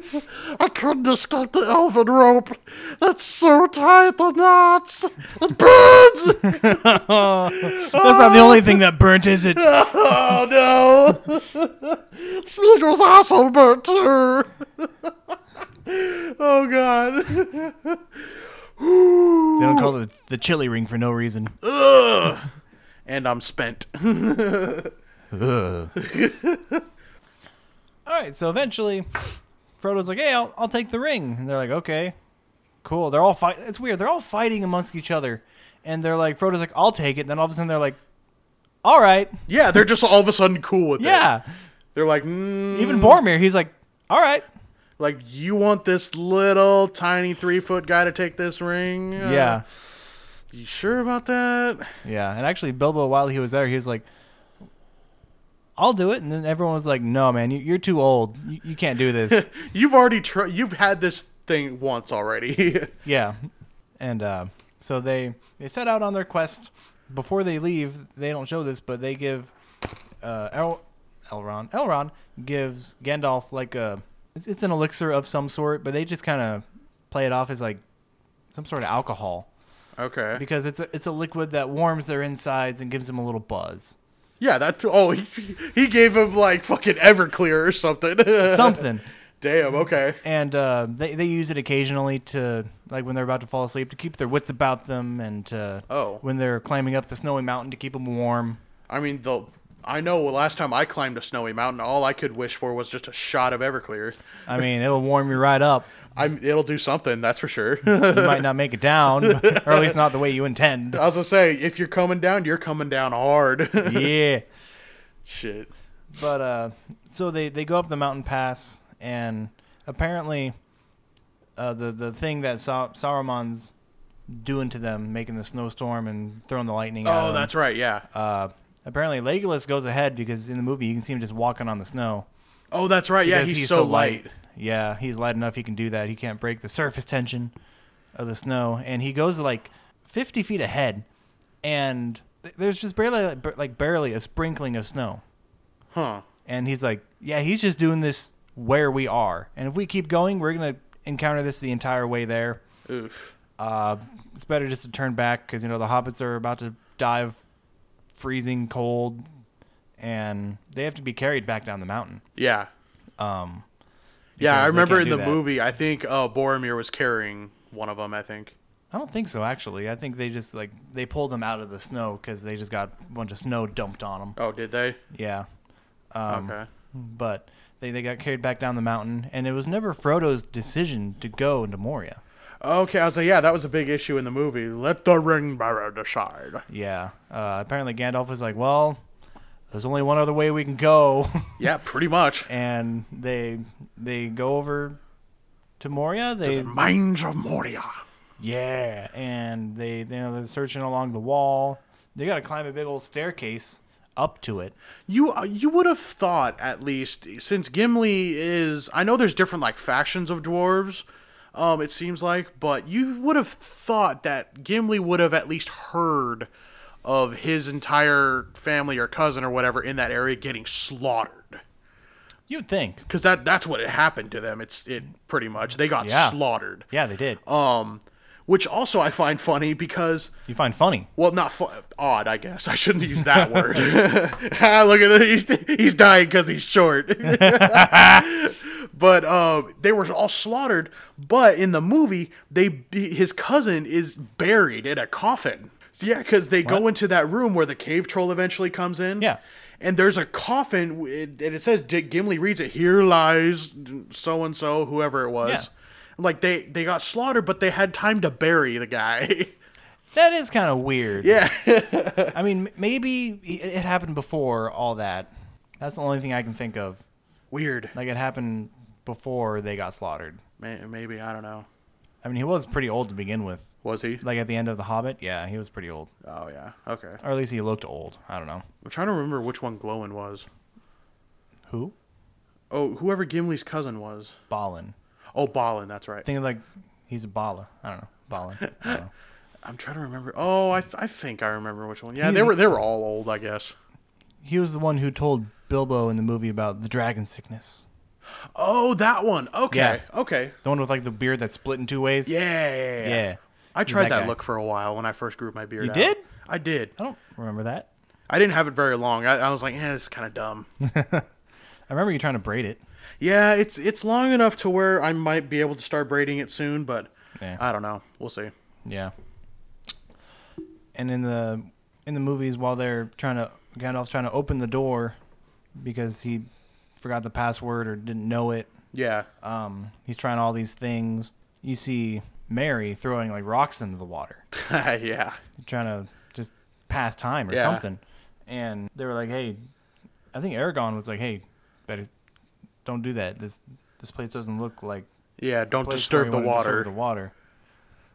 I couldn't escape the elven rope. That's so tight, the knots. It burns. That's not the only thing that burnt, is it? oh no! Smeagol's asshole burnt too. oh god. They don't call it the chili ring for no reason. And I'm spent. All right, so eventually, Frodo's like, "Hey, I'll, I'll take the ring," and they're like, "Okay, cool." They're all fight. It's weird. They're all fighting amongst each other, and they're like, "Frodo's like, I'll take it." Then all of a sudden, they're like, "All right, yeah, they're just all of a sudden cool with it. yeah." They're like, mm, Even Boromir, he's like, "All right, like you want this little tiny three foot guy to take this ring? Uh, yeah, You sure about that? yeah." And actually, Bilbo, while he was there, he was like, "I'll do it," and then everyone was like, "No, man, you, you're too old. You, you can't do this." You've already tried. You've had this thing once already. Yeah, and uh, so they they set out on their quest. Before they leave, they don't show this, but they give uh, El- Elrond. Elrond gives Gandalf like a it's, it's an elixir of some sort, but they just kind of play it off as like some sort of alcohol okay. because it's a it's a liquid that warms their insides and gives them a little buzz. yeah, that. Oh, he, he gave him like fucking Everclear or something. Something. Damn. Okay. and uh, they they use it occasionally to like when they're about to fall asleep to keep their wits about them, and to, Oh. when they're climbing up the snowy mountain to keep them warm. I mean, the I know last time I climbed a snowy mountain, all I could wish for was just a shot of Everclear. I mean, it'll warm you right up. I'm, it'll do something, that's for sure. You might not make it down, or at least not the way you intend. I was gonna say, if you're coming down, you're coming down hard. Yeah. Shit. But uh, so they, they go up the mountain pass, and apparently, uh, the the thing that Sa- Saruman's doing to them, making the snowstorm and throwing the lightning. at Oh, them, that's right. Yeah. Uh, apparently, Legolas goes ahead because in the movie you can see him just walking on the snow. Oh, that's right. Yeah, Because he's, so light. Yeah, he's light enough he can do that. He can't break the surface tension of the snow, and he goes like 50 feet ahead, and th- there's just barely like barely a sprinkling of snow. Huh. And he's like, "Yeah, he's just doing this where we are, and if we keep going, we're gonna encounter this the entire way there. Oof. Uh, it's better just to turn back because you know the hobbits are about to die of freezing cold, and they have to be carried back down the mountain." Yeah. Um, Yeah, because I they remember can't in do the that. movie, I think uh, Boromir was carrying one of them. I think. I don't think so. Actually, I think they just like they pulled them out of the snow because they just got a bunch of snow dumped on them. Oh, did they? Yeah, Um, okay. but they they got carried back down the mountain, and it was never Frodo's decision to go into Moria. Okay, I was like, yeah, that was a big issue in the movie. Let the ring bearer decide. Yeah, uh, apparently Gandalf was like, "Well, there's only one other way we can go," yeah, pretty much. and they they go over to Moria. They The minds of Moria. Yeah, and they you know they're searching along the wall. They got to climb a big old staircase up to it. You uh, you would have thought at least since Gimli is I know there's different like factions of dwarves, um it seems like, but you would have thought that Gimli would have at least heard of his entire family or cousin or whatever in that area getting slaughtered. You'd think. Cuz that that's what it happened to them. It's it pretty much they got Yeah. slaughtered. Yeah, they did. Um which also I find funny because you find funny. Well, not fu- odd, I guess. I shouldn't use that word. Ah, Look at this. He's, he's dying because he's short. but um, they were all slaughtered. But in the movie, they his cousin is buried in a coffin. So, yeah, because they go into that room where the cave troll eventually comes in. Yeah. And there's a coffin, w- and it says Dick Gimli reads it. Here lies so and so, whoever it was. Like they they got slaughtered, but they had time to bury the guy. That is kind of weird. Yeah. I mean, m- maybe it it happened before all that. That's the only thing I can think of. Weird. Like it happened before they got slaughtered. May- Maybe I don't know. I mean, he was pretty old to begin with. Was he? Like at the end of The Hobbit, yeah, he was pretty old, Oh yeah. Okay. or at least he looked old. I don't know I'm trying to remember which one Glowin was. who. Oh, whoever Gimli's cousin was. Balin. Oh, Balin. That's right. Think of like he's a Bala. I don't know. Balin. I don't know. I'm trying to remember. Oh, I, th- I think I remember which one. Yeah, He- they were they were all old, I guess. He was the one who told Bilbo in the movie about the dragon sickness. Oh, that one. Okay. Yeah. Okay. The one with like the beard that split in two ways. Yeah. Yeah. yeah, yeah. Yeah. I tried that that, guy. look for a while when I first grew my beard. You out. did? I did. I don't remember that. I didn't have it very long. I, I was like, eh, this is kind of dumb. I remember you trying to braid it. Yeah, it's it's long enough to where I might be able to start braiding it soon, but Yeah. I don't know. We'll see. Yeah. And in the in the movies, while they're trying to Gandalf's trying to open the door because he forgot the password or didn't know it. Yeah, Um, he's trying all these things. You see Mary throwing like rocks into the water, yeah, trying to just pass time or Yeah. something. And they were like, "Hey," I think Aragon was like, "Hey, better don't do that. This this place doesn't look like yeah. a Don't place where disturb you the wanna water, the water.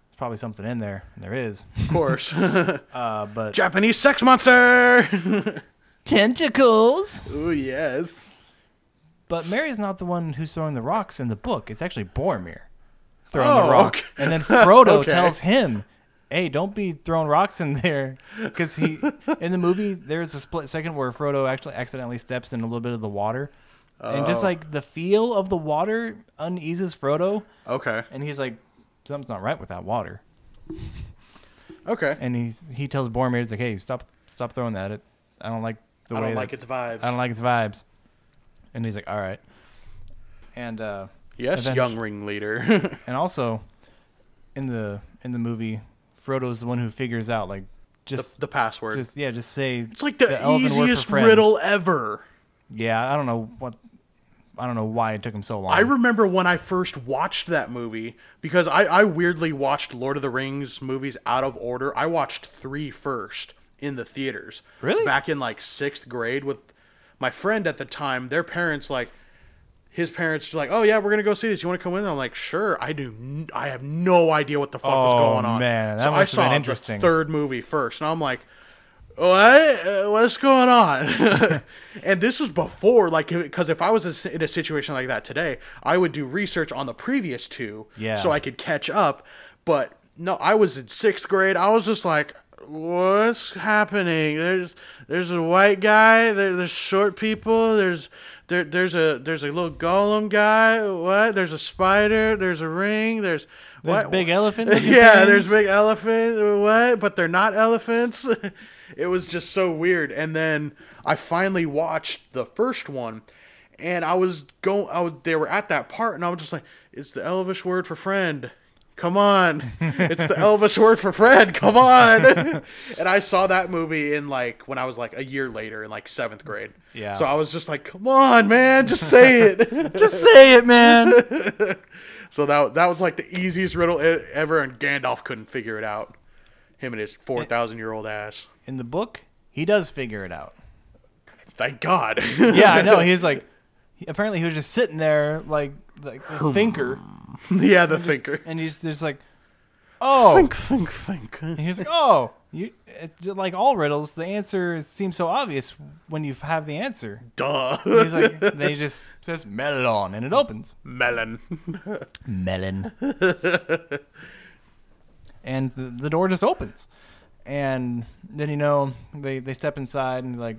There's probably something in there, and there is. of course. Uh, but Japanese sex monster. tentacles. Ooh yes. But Mary's not the one who's throwing the rocks in the book. It's actually Boromir throwing Oh, the rock, okay. and then Frodo Okay. tells him, "Hey, don't be throwing rocks in there," because he in the movie there's a split second where Frodo actually accidentally steps in a little bit of the water, and Oh. just like the feel of the water uneases Frodo, Okay. and he's like, "Something's not right with that water." Okay. And he's he tells Boromir, "He's like, hey, stop stop throwing that. It, I don't like the I way don't that- like its vibes. I don't like his vibes. And he's like, all right. And uh, yes, Avenge- young ringleader. and also, in the in the movie, Frodo's the one who figures out like the, just the password. just yeah, just say it's like the, elven word for easiest friend. riddle ever. Yeah, I don't know what I don't know why it took him so long. I remember when I first watched that movie because I, I weirdly watched Lord of the Rings movies out of order. I watched three first in the theaters. Really? Back in like sixth grade with my friend at the time, their parents like his parents were like, "Oh yeah, we're gonna go see this. You want to come in?" I'm like, "Sure." I do. N- I have no idea what the fuck was Oh, going on. man, that so I must have saw been interesting. the third movie first, and I'm like, "What? Uh, What's going on?" and this was before, like, because if I was a s- in a situation like that today, I would do research on the previous two, Yeah. so I could catch up. But no, I was in sixth grade. I was just like. What's happening? There's there's a white guy. There, there's short people. There's there, there's a there's a little golem guy. What? There's a spider. There's a ring. There's There's what? big elephant. yeah, there's big elephant. uh, What? But they're not elephants. it was just so weird. And then I finally watched the first one, and I was going. I was, they were at that part, and I was just like, "It's the Elvish word for friend." Come on, it's the Elvish word for friend. Come on, and I saw that movie in like when I was like a year later in like seventh grade. Yeah. So I was just like, "Come on, man, just say it." Just say it, man. So that that was like the easiest riddle e- ever, and Gandalf couldn't figure it out. Him and his four thousand year old ass. in the book, he does figure it out. Thank God. Yeah, I know. He's like, he- apparently he was just sitting there like like a thinker, yeah, the thinker. and he's just like, oh, Think, think, think. And he's like, "Oh, you it's just like all riddles. The answer is- seems so obvious when you have the answer." Duh. And he's like, then he just says melon, and it opens Melon. melon, and the, the door just opens, and then you know they they step inside and like.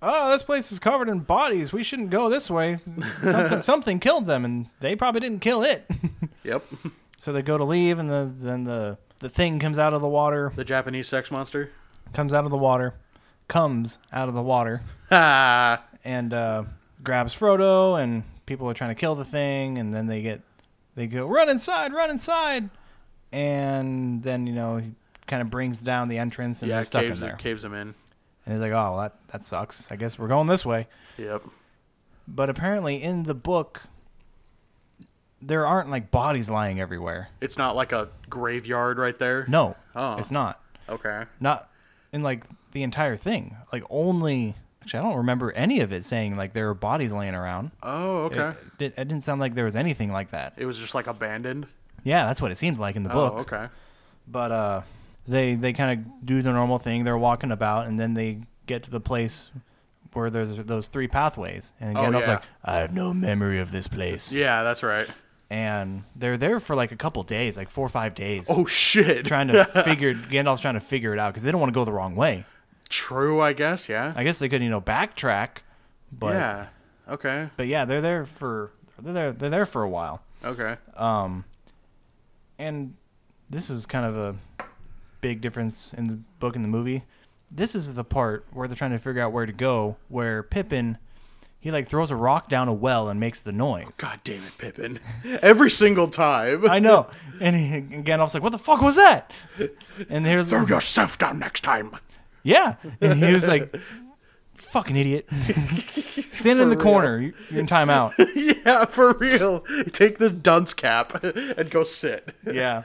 Oh, this place is covered in bodies. We shouldn't go this way. Something, something killed them, and they probably didn't kill it. Yep. so they go to leave, and the, then the the thing comes out of the water. The Japanese sex monster. comes out of the water, comes out of the water, Ah. and uh, grabs Frodo. And people are trying to kill the thing, and then they get they go run inside, run inside, and then you know he kind of brings down the entrance, and Yeah, they're stuck in caves, there. caves him in. And he's like, "Oh, well, that that sucks. I guess we're going this way." Yep. But apparently, in the book, there aren't like bodies lying everywhere. It's not like a graveyard right there. No, Oh. it's not. Okay. not in like the entire thing. Like only actually, I don't remember any of it saying like there were bodies laying around. Oh, It, okay. it, did- it didn't sound like there was anything like that. It, was just like abandoned. Yeah, that's what it seemed like in the book. Oh, okay. But uh, they they kind of do the normal thing. They're walking about, and then they get to the place where there's those three pathways, and Oh, Gandalf's yeah. like, "I have no memory of this place." Yeah, that's right. And they're there for like a couple days, like four or five days, Oh shit. trying to figure Gandalf's trying to figure it out because they don't want to go the wrong way. True, I guess. Yeah. I guess they could, you know, backtrack, but yeah. Okay. but yeah, they're there for they're there they're there for a while. Okay. And this is kind of a big difference in the book and the movie. this is the part where they're trying to figure out where to go. Where Pippin, he like throws a rock down a well and makes the noise. God damn it, Pippin! Every single time. I know. And, he, and Gandalf's like, "What the fuck was that?" And here's Throw yourself down next time. yeah, and he was like, "Fucking idiot, stand in the real. corner. You- You're in timeout." yeah, for real. Take this dunce cap and go sit. yeah.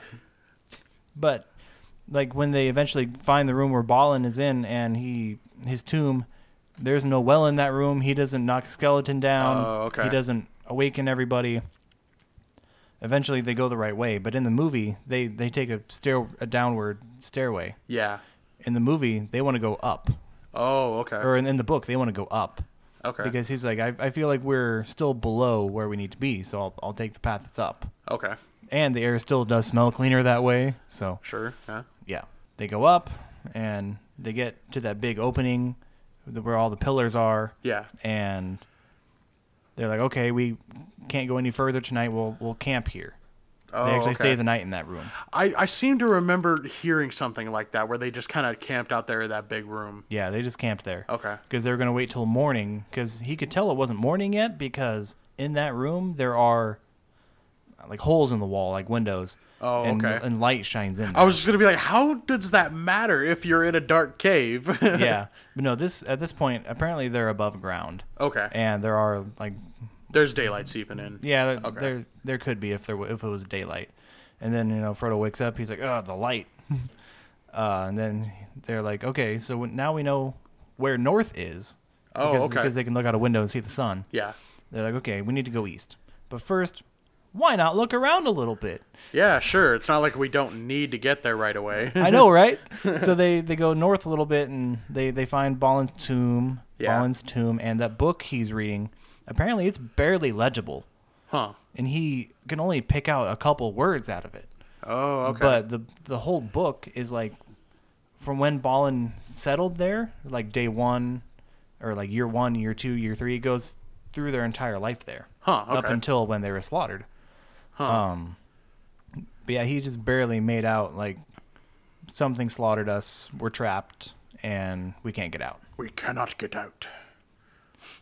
But like when they eventually find the room where Balin is in and he his tomb, there's no well in that room. He doesn't knock a skeleton down. Oh, okay. He doesn't awaken everybody. Eventually they go the right way, but in the movie they they take a stair a downward stairway. Yeah. In the movie they want to go up. Oh, okay. Or in, in the book they want to go up. okay. Because he's like I I feel like we're still below where we need to be, so I'll I'll take the path that's up. okay. And the air still does smell cleaner that way, so Sure. Yeah. yeah, they go up and they get to that big opening th- where all the pillars are, Yeah. and they're like, okay, we can't go any further tonight. We'll we'll camp here. Oh, they actually okay. stay the night in that room. I, I seem to remember hearing something like that where they just kind of camped out there in that big room. Yeah, they just camped there. Okay. Because they were gonna wait till morning. Because he could tell it wasn't morning yet because in that room there are uh, like holes in the wall, like windows. Oh, and, okay. And light shines in. There. I was just going to be like, how does that matter if you're in a dark cave? yeah, but no. This at this point, apparently they're above ground, okay. and there are like There's daylight seeping in. Yeah, there, Okay. there there could be if there w- if it was daylight, and then you know Frodo wakes up. He's like, oh, the light. uh, and then they're like, okay, so w- now we know where north is. Oh, because, okay. Because they can look out a window and see the sun. Yeah. They're like, okay, we need to go east, but first, why not look around a little bit? Yeah, sure. It's not like we don't need to get there right away. I know, right? so they they go north a little bit and they they find Balin's tomb, Yeah. Balin's tomb, and that book he's reading. Apparently, it's barely legible, Huh. and he can only pick out a couple words out of it. Oh, okay. But the the whole book is like from when Ballin settled there, like day one, or like year one, year two, year three. It goes through their entire life there, Huh, up okay. until when they were slaughtered. Um, but yeah, he just barely made out like something slaughtered us. We're trapped and we can't get out. we cannot get out.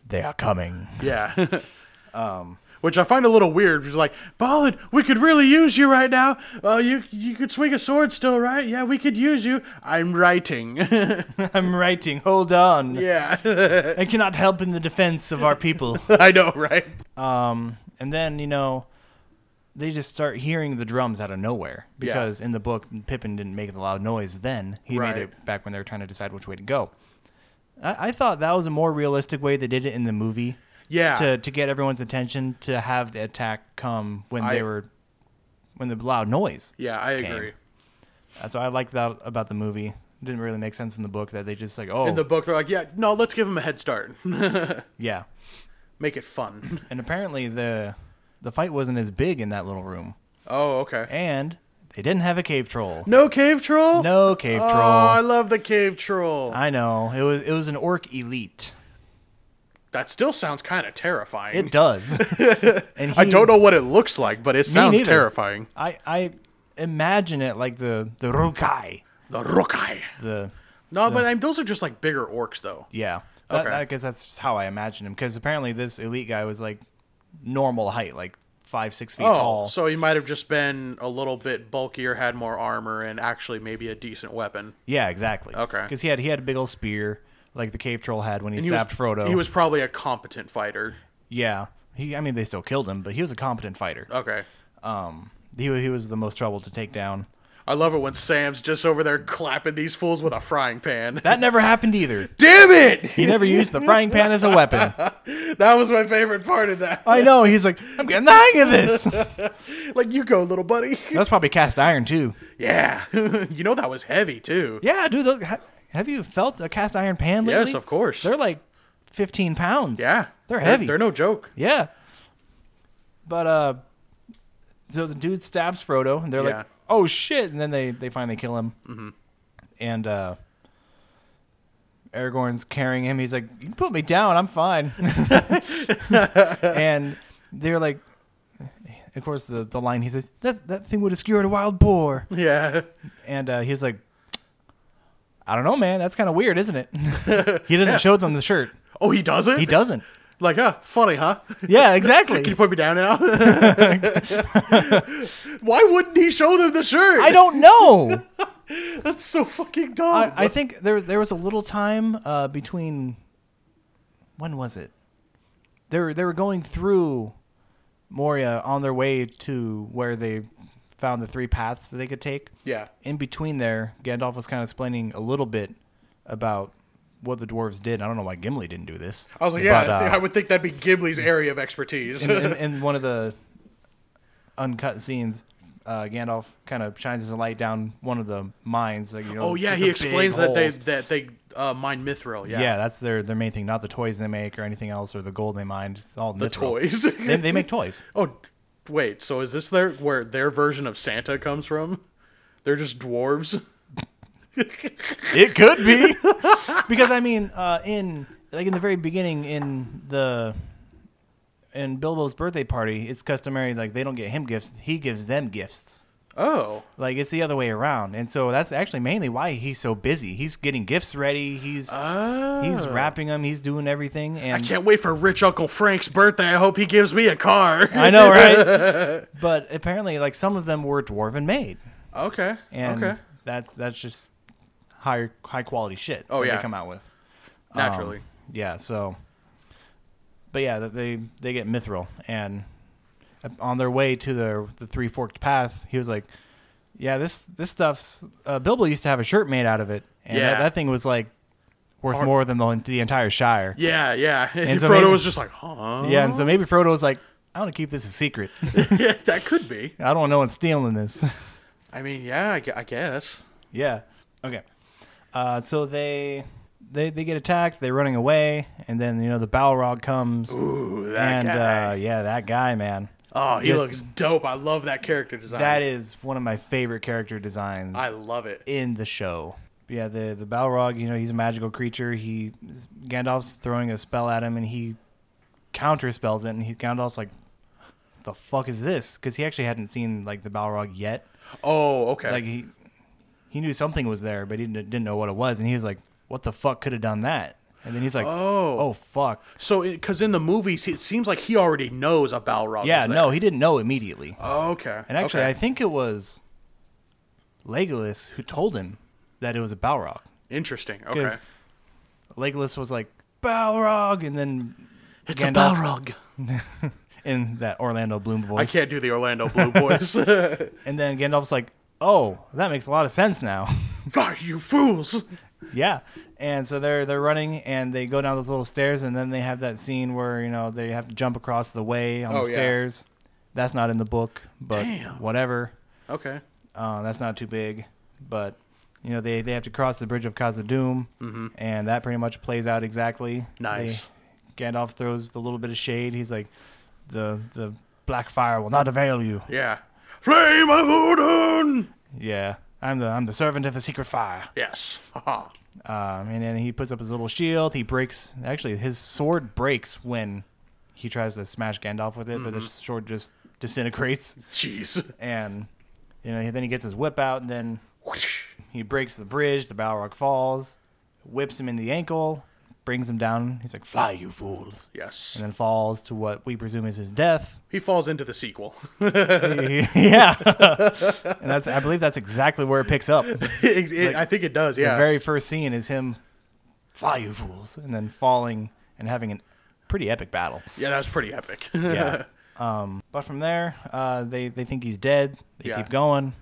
They are coming. Yeah. Um, Which I find a little weird. He's like, Ballin, we could really use you right now. Well, you you could swing a sword still, right? Yeah, we could use you. I'm writing. I'm writing. Hold on. yeah, I cannot help in the defense of our people. I know, right? And then, you know, they just start hearing the drums out of nowhere because in the book, Pippin didn't make the loud noise then. He Right. made it back when they were trying to decide which way to go. I, I thought that was a more realistic way they did it in the movie Yeah. to, to get everyone's attention to have the attack come when I- they were when the loud noise. yeah, I came. agree. Uh, So I liked that about the movie. It didn't really make sense in the book that they just like, oh, In the book, they're like, yeah, no, let's give him a head start. yeah. Make it fun. And apparently the the fight wasn't as big in that little room. Oh, okay. And they didn't have a cave troll. No cave troll? No cave Oh, I troll. Uh, love the cave troll. I know it was it was an orc elite. That still sounds kind of terrifying. It does. and he, I don't know what it looks like, but it sounds neither. terrifying. I I imagine it like the the rukai. The Rokai. The No, but I mean, those are just like bigger orcs, though. yeah. That, Okay. I guess that's how I imagine him because apparently this elite guy was like normal height, like five six feet Oh, tall. so he might have just been a little bit bulkier, had more armor, and actually maybe a decent weapon. yeah, exactly. Okay. Because he had he had a big old spear like the cave troll had when he And stabbed he was, Frodo. He was probably a competent fighter. yeah. He I mean they still killed him, but he was a competent fighter. Okay. He wa- he was the most trouble to take down. I love it when Sam's just over there clapping these fools with a frying pan. That never happened either. Damn it! He never used the frying pan as a weapon. That was my favorite part of that. I know. He's like, I'm getting the hang of this. Like, you go, little buddy. That's probably cast iron too. Yeah. you know that was heavy, too. Yeah, dude. Look, ha- have you felt a cast iron pan lately? Yes, of course. They're like 15 pounds. Yeah. they're heavy. They're, no joke. yeah. But uh, so the dude stabs Frodo, and they're Yeah. like, "Oh shit!" And then they they finally kill him. Mm-hmm. And uh, Aragorn's carrying him. He's like, "You can put me down. I'm fine." and they're like. Of course, the, the line he says that that thing would have skewered a wild boar. Yeah. and uh, he was like, I don't know, man. That's kind of weird, isn't it? he doesn't show them the shirt. Oh, he doesn't. He doesn't. Like, huh? Funny, huh? Yeah, exactly. Can you put me down now? Why wouldn't he show them the shirt? I don't know. That's so fucking dumb. I, I think there there was a little time uh, between. When was it? They were they were going through Moria on their way to where they found the three paths that they could take. yeah. In between there, Gandalf was kind of explaining a little bit about what the dwarves did. I don't know why Gimli didn't do this. I was like, yeah, But, I, uh, thi- I would think that'd be Ghibli's area of expertise. in, in, in one of the uncut scenes, uh, Gandalf kind of shines his light down one of the mines. Like, you know, oh yeah, just he a big explains that they hole. that they uh, mine mithril. Yeah. Yeah. that's their their main thing. Not the toys they make or anything else or the gold they mine. It's all The toys. They, they make toys. oh, wait. So is this their where their version of Santa comes from? They're just dwarves. It could be because I mean, uh, in like in the very beginning in the in Bilbo's birthday party, it's customary like they don't get him gifts; he gives them gifts. Oh. Like it's the other way around, and so that's actually mainly why he's so busy. He's getting gifts ready. He's he's wrapping them. He's doing everything. And Oh. I can't wait for rich Uncle Frank's birthday. I hope he gives me a car. I know, right? but apparently, like some of them were dwarven made, okay. and um, okay. that's that's just high high quality shit. Oh, that yeah. they come out with. Naturally. Yeah, so but yeah, th- they they get mithril and on their way to the the three forked path, he was like, "Yeah, this this stuff's uh, Bilbo used to have a shirt made out of it, and Yeah. that, that thing was like worth Hard- more than the, the entire Shire." yeah, yeah. And so Frodo maybe- was just like, huh? Yeah, and so maybe Frodo was like, "I want to keep this a secret. yeah, that could be. I don't want no one stealing this." I mean, yeah, I, gue- I guess. yeah. Okay. Uh, so they they they get attacked. They're running away, and then you know the Balrog comes, Ooh, that and guy. Uh, yeah, that guy, man. oh, he just- looks dope. I love that character design. That is one of my favorite character designs I love it. in the show. Yeah, the the Balrog, you know, he's a magical creature. He Gandalf's throwing a spell at him, and he counterspells it, and he Gandalf's like, "The fuck is this?" Because he actually hadn't seen like the Balrog yet. Oh, okay. Like he he knew something was there, but he didn't, didn't know what it was, and he was like, "What the fuck could have done that?" And then he's like, Oh. oh fuck." so, because in the movies, it seems like he already knows a Balrog. Yeah, is there. no, he didn't know immediately. Oh, okay. And actually, okay. I think it was Legolas who told him that it was a Balrog. interesting. Because Okay. Legolas was like, Balrog! And then. It's Gandalf's- a Balrog. In that Orlando Bloom voice. I can't do the Orlando Blue voice. And then Gandalf's like, oh, that makes a lot of sense now. Why, you fools! yeah. And so they're they're running and they go down those little stairs and then they have that scene where, you know, they have to jump across the way on Oh, the yeah. stairs. That's not in the book, but Damn. whatever. Okay. Uh, that's not too big, but you know they, they have to cross the bridge of Khazad-dûm, and that pretty much plays out exactly. Mm-hmm. Nice. They, Gandalf throws the little bit of shade. He's like, the the black fire will not avail you. Yeah. Flame of Odin! Yeah, I'm the I'm the servant of the secret fire. Yes. Haha. Um, and then he puts up his little shield. He breaks. Actually, his sword breaks when he tries to smash Gandalf with it, but the sword just disintegrates. Jeez. And you know, then he gets his whip out, and then He breaks the bridge. The Balrog falls, whips him in the ankle, brings him down. He's like, "Fly, you fools!" Yes. And then falls to what we presume is his death. He falls into the sequel. yeah, and that's I believe that's exactly where it picks up. It- it- I think it does, yeah. The very first scene is him, "Fly, you fools!" and then falling and having a pretty epic battle. yeah, that was pretty epic. Yeah. um, but from there, uh, they they think he's dead. They Yeah. keep going,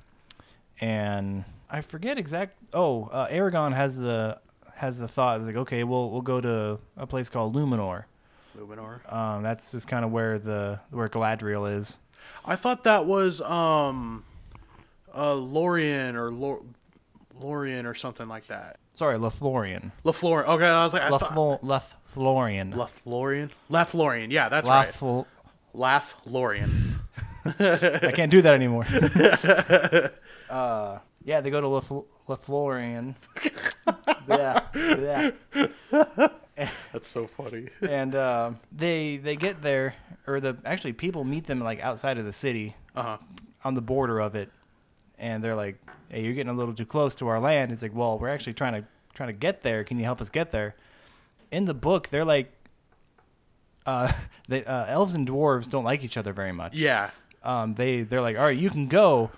and I forget exact. Oh, uh, Aragon has the has the thought like, okay, we'll we'll go to a place called Luminor. Luminor. Um, that's just kind of where the where Galadriel is. I thought that was um, uh, Lorien or Lor- Lorien or something like that. Sorry, Lothlorien. Laflorian. Okay, I was like, I thought Lothlo- Lothlorien. Lothlorien. Lothlorien. Yeah, that's right. Lothl- Lothlorien. I can't do that anymore. uh, yeah, they go to Loth- Lothlorien. yeah, yeah. That's so funny. and uh, they they get there, or the actually people meet them like outside of the city Uh huh. on the border of it, and they're like, "Hey, you're getting a little too close to our land." It's like, "Well, we're actually trying to trying to get there. Can you help us get there?" In the book, they're like, uh, they, uh, elves and dwarves don't like each other very much. Yeah. Um, they they're like, "All right, you can go."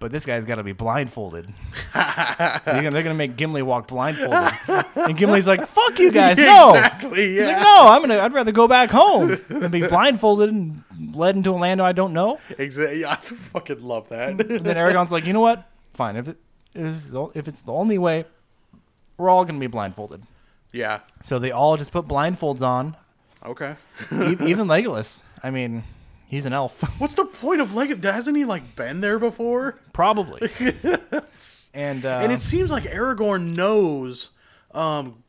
But this guy's got to be blindfolded. they're gonna, they're gonna make Gimli walk blindfolded, and Gimli's like, "Fuck you guys, no!" Exactly. He's Yeah. like, no, I'm gonna. I'd rather go back home than be blindfolded and led into a land I don't know. Exactly. Yeah, I fucking love that. And then Aragon's like, you know what? Fine. If it is, if it's the only way, we're all gonna be blindfolded. yeah. So they all just put blindfolds on. Okay. E- Even Legolas. I mean, he's an elf, What's the point of Leg? Hasn't he like been there before? probably. and uh, and it seems like Aragorn knows. Um,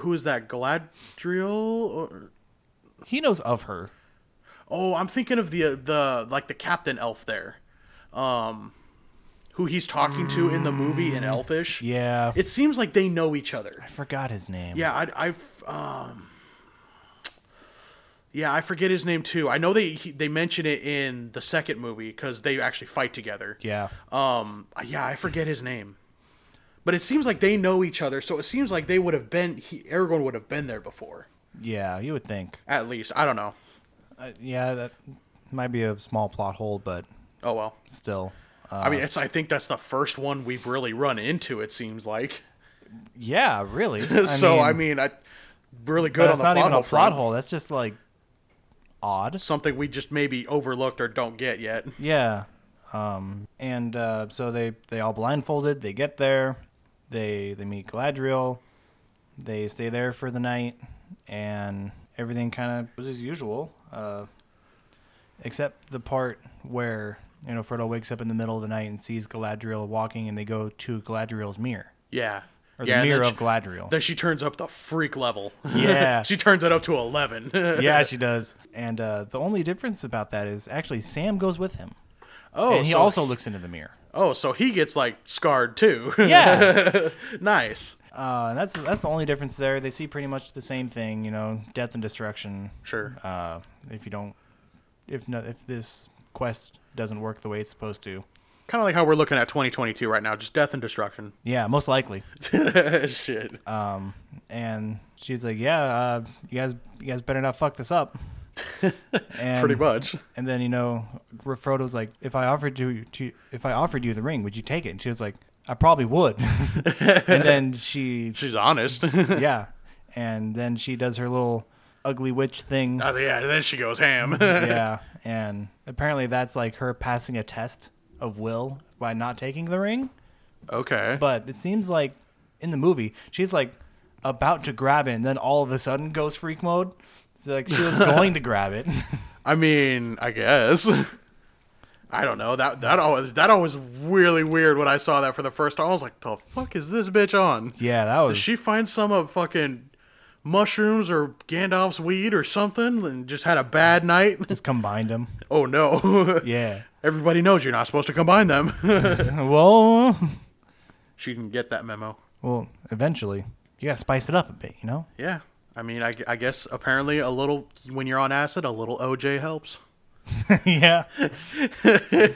who is that? Galadriel? Or, he knows of her. oh, I'm thinking of the uh, the like the captain elf there. Um, who he's talking to in the movie in Elfish. Mm, Yeah, It seems like they know each other. I forgot his name. Yeah, I, I've um, yeah, I forget his name too. I know they he, they mention it in the second movie because they actually fight together. yeah. Um, yeah, I forget his name, but it seems like they know each other, so it seems like they would have been he, Aragorn would have been there before. Yeah, You would think. At least I don't know. Uh, yeah, that might be a small plot hole, but Oh well. still. I Uh, mean, it's. I think that's the first one we've really run into. It seems like. Yeah, really. so I mean, I really good But on it's the not plot, even hole a plot front. hole. That's just like odd. Something we just maybe overlooked or don't get yet. Yeah. Um, and uh, so they they all blindfolded. They get there. They they meet Galadriel. They stay there for the night, and everything kind of was as usual, uh, except the part where you know Frodo wakes up in the middle of the night and sees Galadriel walking, and they go to Galadriel's mirror Yeah. or yeah, the and then mirror she- of Galadriel. Then she turns up the freak level. Yeah. she turns it up to 11. yeah, she does. And uh, the only difference about that is actually Sam goes with him. oh, and he so, also looks into the mirror. Oh, so he gets like scarred too. Yeah, nice. uh, and that's that's the only difference there. They see pretty much the same thing, you know, death and destruction. Sure. Uh, if you don't, if no, if this quest doesn't work the way it's supposed to, Kind of like how we're looking at 2022 right now, just death and destruction. yeah, most likely. Shit. And she's like, "Yeah, uh, you guys, you guys better not fuck this up." and, Pretty much. And then you know, Frodo's like, "If I offered you to, if I offered you the ring, would you take it?" And she was like, "I probably would." and then she She's honest. uh, yeah. And then she does her little ugly witch thing. yeah, then she goes ham. yeah. And apparently that's like her passing a test of will by not taking the ring. okay. But it seems like in the movie, she's like about to grab it and then all of a sudden goes freak mode. So like she was going to grab it. I mean, I guess. I don't know. That that always that always really weird when I saw that for the first time. I was like, "The fuck is this bitch on?" yeah, that was Did she find some of fucking mushrooms or Gandalf's weed or something and just had a bad night? just combined them. Oh no. Yeah. Everybody knows you're not supposed to combine them. well, she didn't get that memo. well, eventually you got to spice it up a bit, you know? Yeah. I mean, I, I guess apparently a little, when you're on acid, a little OJ helps. yeah.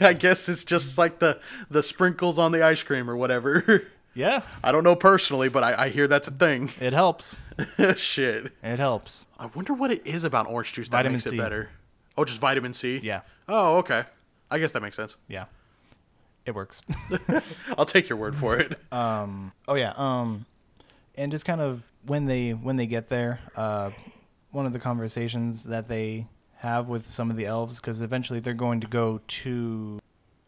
I guess it's just like the, the sprinkles on the ice cream or whatever. Yeah. I don't know personally, but I, I hear that's a thing. It helps. Shit. It helps. I wonder what it is about orange juice that Vitamin makes it C. better. Oh, just vitamin C? Yeah. Oh, okay. I guess that makes sense. Yeah. It works. I'll take your word for it. oh yeah. Um and just kind of when they when they get there, uh one of the conversations that they have with some of the elves cuz eventually they're going to go to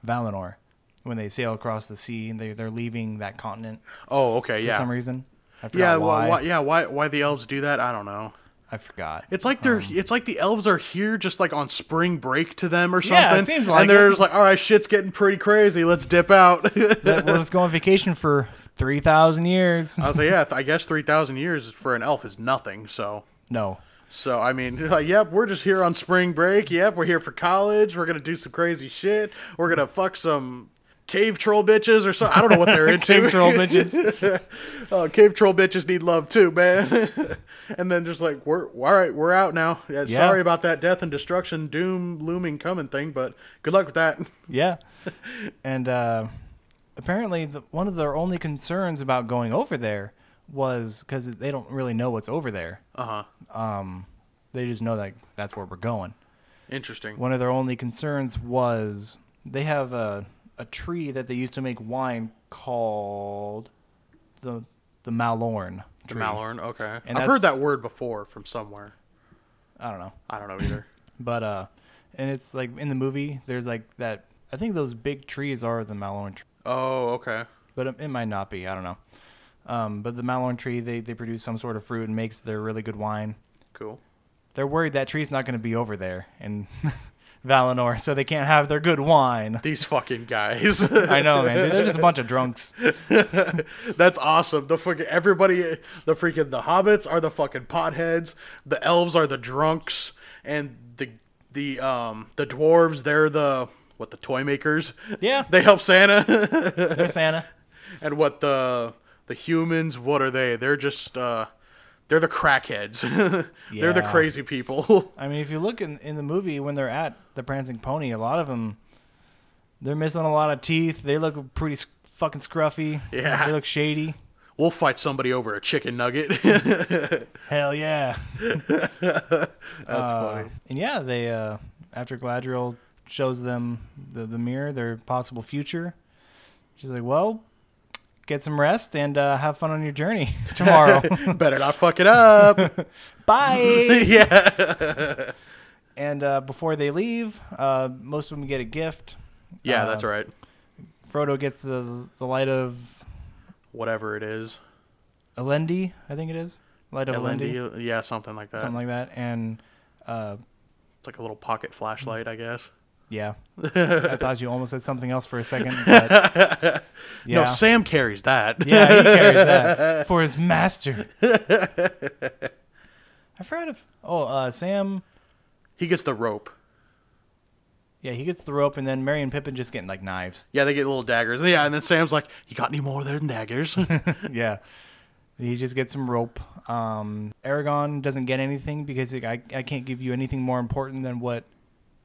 Valinor when they sail across the sea and they they're leaving that continent oh, okay, for yeah. some reason. I forgot Yeah, why. why? why yeah, why why the elves do that? I don't know. I forgot. It's like Um. they're it's like the elves are here just like on spring break to them or something. Yeah, it seems like and they're it. just like, all right, shit's getting pretty crazy. Let's dip out. I Let- Let's go on vacation for 3000 years. was like, yeah, th- I guess three thousand years for an elf is nothing. So. no. So I mean, like, yep, we're just here on spring break. Yep, we're here for college. We're gonna do some crazy shit. We're gonna fuck some cave troll bitches or something. I don't know what they're into. Cave troll bitches. Oh, cave troll bitches need love too, man. and then just like we're all right, we're out now. Yeah, Yeah. Sorry about that death and destruction, doom looming coming thing, but good luck with that. Yeah. And uh apparently the, one of their only concerns about going over there was because they don't really know what's over there. Um, Uh huh. They just know that that's where we're going. Interesting. One of their only concerns was they have a a tree that they used to make wine called the the Malorn The tree. Malorn. Okay. And I've that's- heard that word before from somewhere. I don't know. I don't know either. But uh, and it's like in the movie, there's like that. I think those big trees are the Malorn tree, oh, okay. but it, it might not be. I don't know. Um, but the Malorn tree, they they produce some sort of fruit and makes their really good wine. Cool. They're worried that tree's not going to be over there in Valinor, so they can't have their good wine. These fucking guys. I know, man. Dude, they're just a bunch of drunks. That's awesome. The fucking everybody, the freaking the hobbits are the fucking potheads. The elves are the drunks, and the the um the dwarves they're the what the toy makers. Yeah, They help Santa, they're Santa. and what the the humans? What are they? They're just uh, they're the crackheads. They're the Yeah. crazy people. I mean, if you look in, in the movie when they're at the Prancing Pony, a lot of them, they're missing a lot of teeth. They look pretty s- fucking scruffy. Yeah. They look shady. we'll fight somebody over a chicken nugget. Hell yeah. Uh, That's funny. And yeah, they, uh, after Gladriel shows them the, the mirror, their possible future, she's like, well, get some rest and uh, have fun on your journey tomorrow. Better not fuck it up. Bye. yeah. and uh, before they leave, uh, most of them get a gift. Yeah, Uh, that's right. Frodo gets the, the light of Whatever it is. Elendi, I think it is. Light of Elendi, LND, yeah, something like that. something like that. And uh, It's like a little pocket flashlight, I guess. yeah, I thought you almost said something else for a second. But yeah, No, Sam carries that. yeah, he carries that for his master. I forgot if oh uh, Sam, He gets the rope. yeah, he gets the rope, and then Merry and Pippin just getting like knives. Yeah, they get little daggers. Yeah, and then Sam's like, "You got any more than daggers?" yeah. He just gets some rope. Um, Aragon doesn't get anything because like, I, I can't give you anything more important than what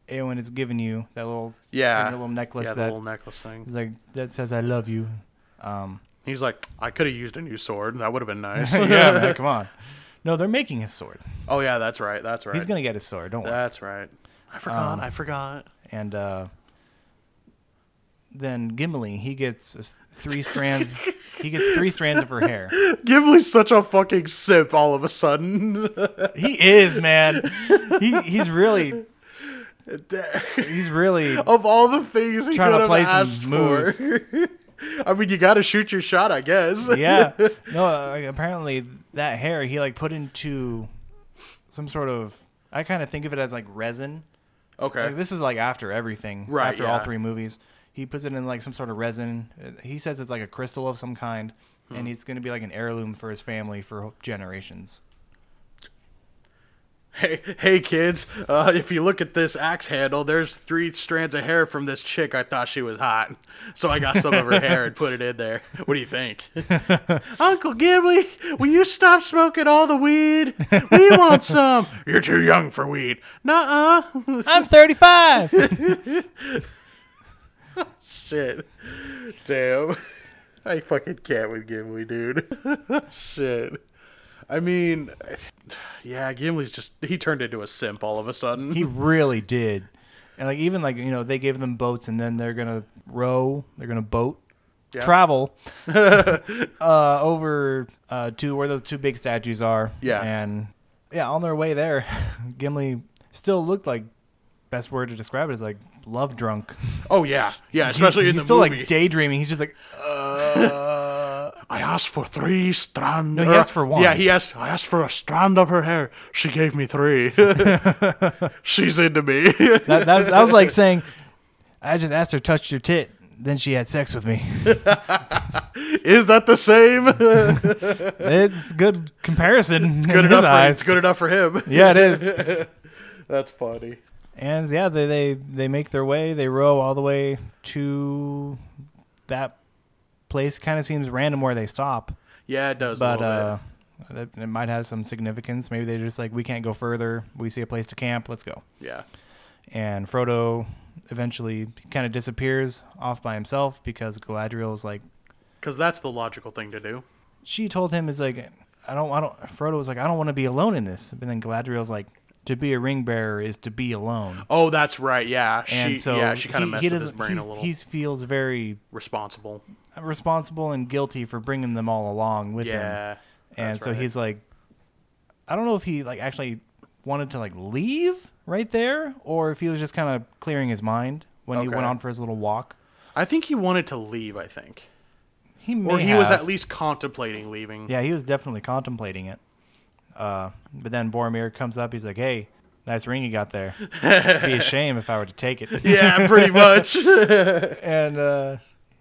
Eowyn has given you. That little yeah, your little necklace yeah, the that little necklace thing. He's like, that says I love you. Um, He's like, "I could have used a new sword. That would have been nice." yeah, man, come on. No, they're making his sword. oh yeah, that's right. That's right. He's gonna Um. get his sword. Don't worry. that's right. I forgot. I forgot. And uh, then Gimli, he gets a s- three strands. he gets three strands of her hair. Gimli's such a fucking simp. All of a sudden, He is man. He he's really he's really of all the things he Trying to could have play some asked for. moves. I mean, you got to shoot your shot, I guess. yeah. No, uh, apparently that hair he like put into some sort of. I kind of think of it as like resin. Okay. Like, this is like after everything, Right, After yeah. all three movies, he puts it in like some sort of resin. Uh, He says it's like a crystal of some kind, Hmm. and it's going to be like an heirloom for his family for generations. Hey, hey, kids! Uh, if you look at this axe handle, there's three strands of hair from this chick. I thought she was hot, so I got some of her hair and put it in there. What do you think, Uncle Gimli? Will you stop smoking all the weed? We want some. You're too young for weed. Nuh-uh. I'm 35. Shit. Damn. I fucking can't with Gimli, dude. Shit. I mean, yeah, Gimli's just—he turned into a simp all of a sudden. he really did, and like even like you know they gave them boats, and then they're gonna row, they're gonna boat, Yeah. travel uh, over uh, to where those two big statues are. Yeah. and yeah, on their way there, Gimli still looked like. Best word to describe it is like love drunk. Oh yeah, yeah, especially he's, in the he's still movie. Uh, like daydreaming. He's just like, I asked for three strands. No, he asked for one. Yeah, he asked. I asked for a strand of her hair. She gave me three. She's into me. that, that, was, that was like saying, I just asked her to touch your tit, then she had sex with me. Is that the same? good it's good comparison in his enough. For, eyes. it's good enough for him. Yeah, it is. That's funny. And yeah, they, they they make their way. They row all the way to that place. Kind of seems random where they stop, Yeah, it does. but a little uh, that- it might have some significance. Maybe they're just like, we can't go further. We see a place to camp. Let's go. bit. yeah, and Frodo eventually kind of disappears off by himself because Galadriel is like, Because that's the logical thing to do. she told him is like, I don't, I don't. Frodo was like, I don't want to be alone in this. And then Galadriel's like, to be a ring bearer is to be alone. Oh, that's right. Yeah, she. And so yeah, she kind of he- messed he with his doesn't- brain he- a little. He feels very responsible. responsible and guilty for bringing them all along with him. Yeah, and that's so right. he's like i don't know if he like actually wanted to like leave right there or if he was just kind of clearing his mind when he Okay. went on for his little walk I think he wanted to leave. I think, he may or he was have. at least contemplating leaving. yeah he was definitely contemplating it uh, but then boromir comes up he's like hey nice ring you got there It'd be a shame if i were to take it yeah pretty much. and uh,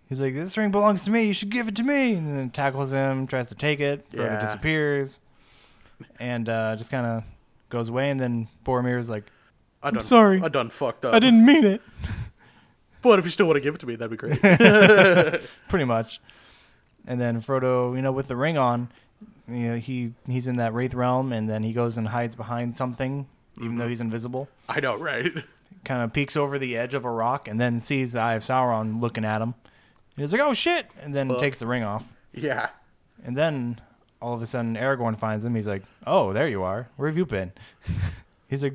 he's like this ring belongs to me you should give it to me and then tackles him tries to take it Frodo Yeah. disappears and uh, just kind of goes away and then boromir's like I done, sorry. I done fucked up. i didn't mean it But if you still want to give it to me, that'd be great. pretty much. And then Frodo, you know, with the ring on, you know, he he's in that wraith realm, and then he goes and hides behind something, even though he's invisible. I know, right? Kind of peeks over the edge of a rock, and then sees the Eye of Sauron looking at him. And he's like, "Oh shit!" And then takes the ring off. Yeah. And then all of a sudden, Aragorn finds him. He's like, "Oh, there you are. Where have you been?" he's like,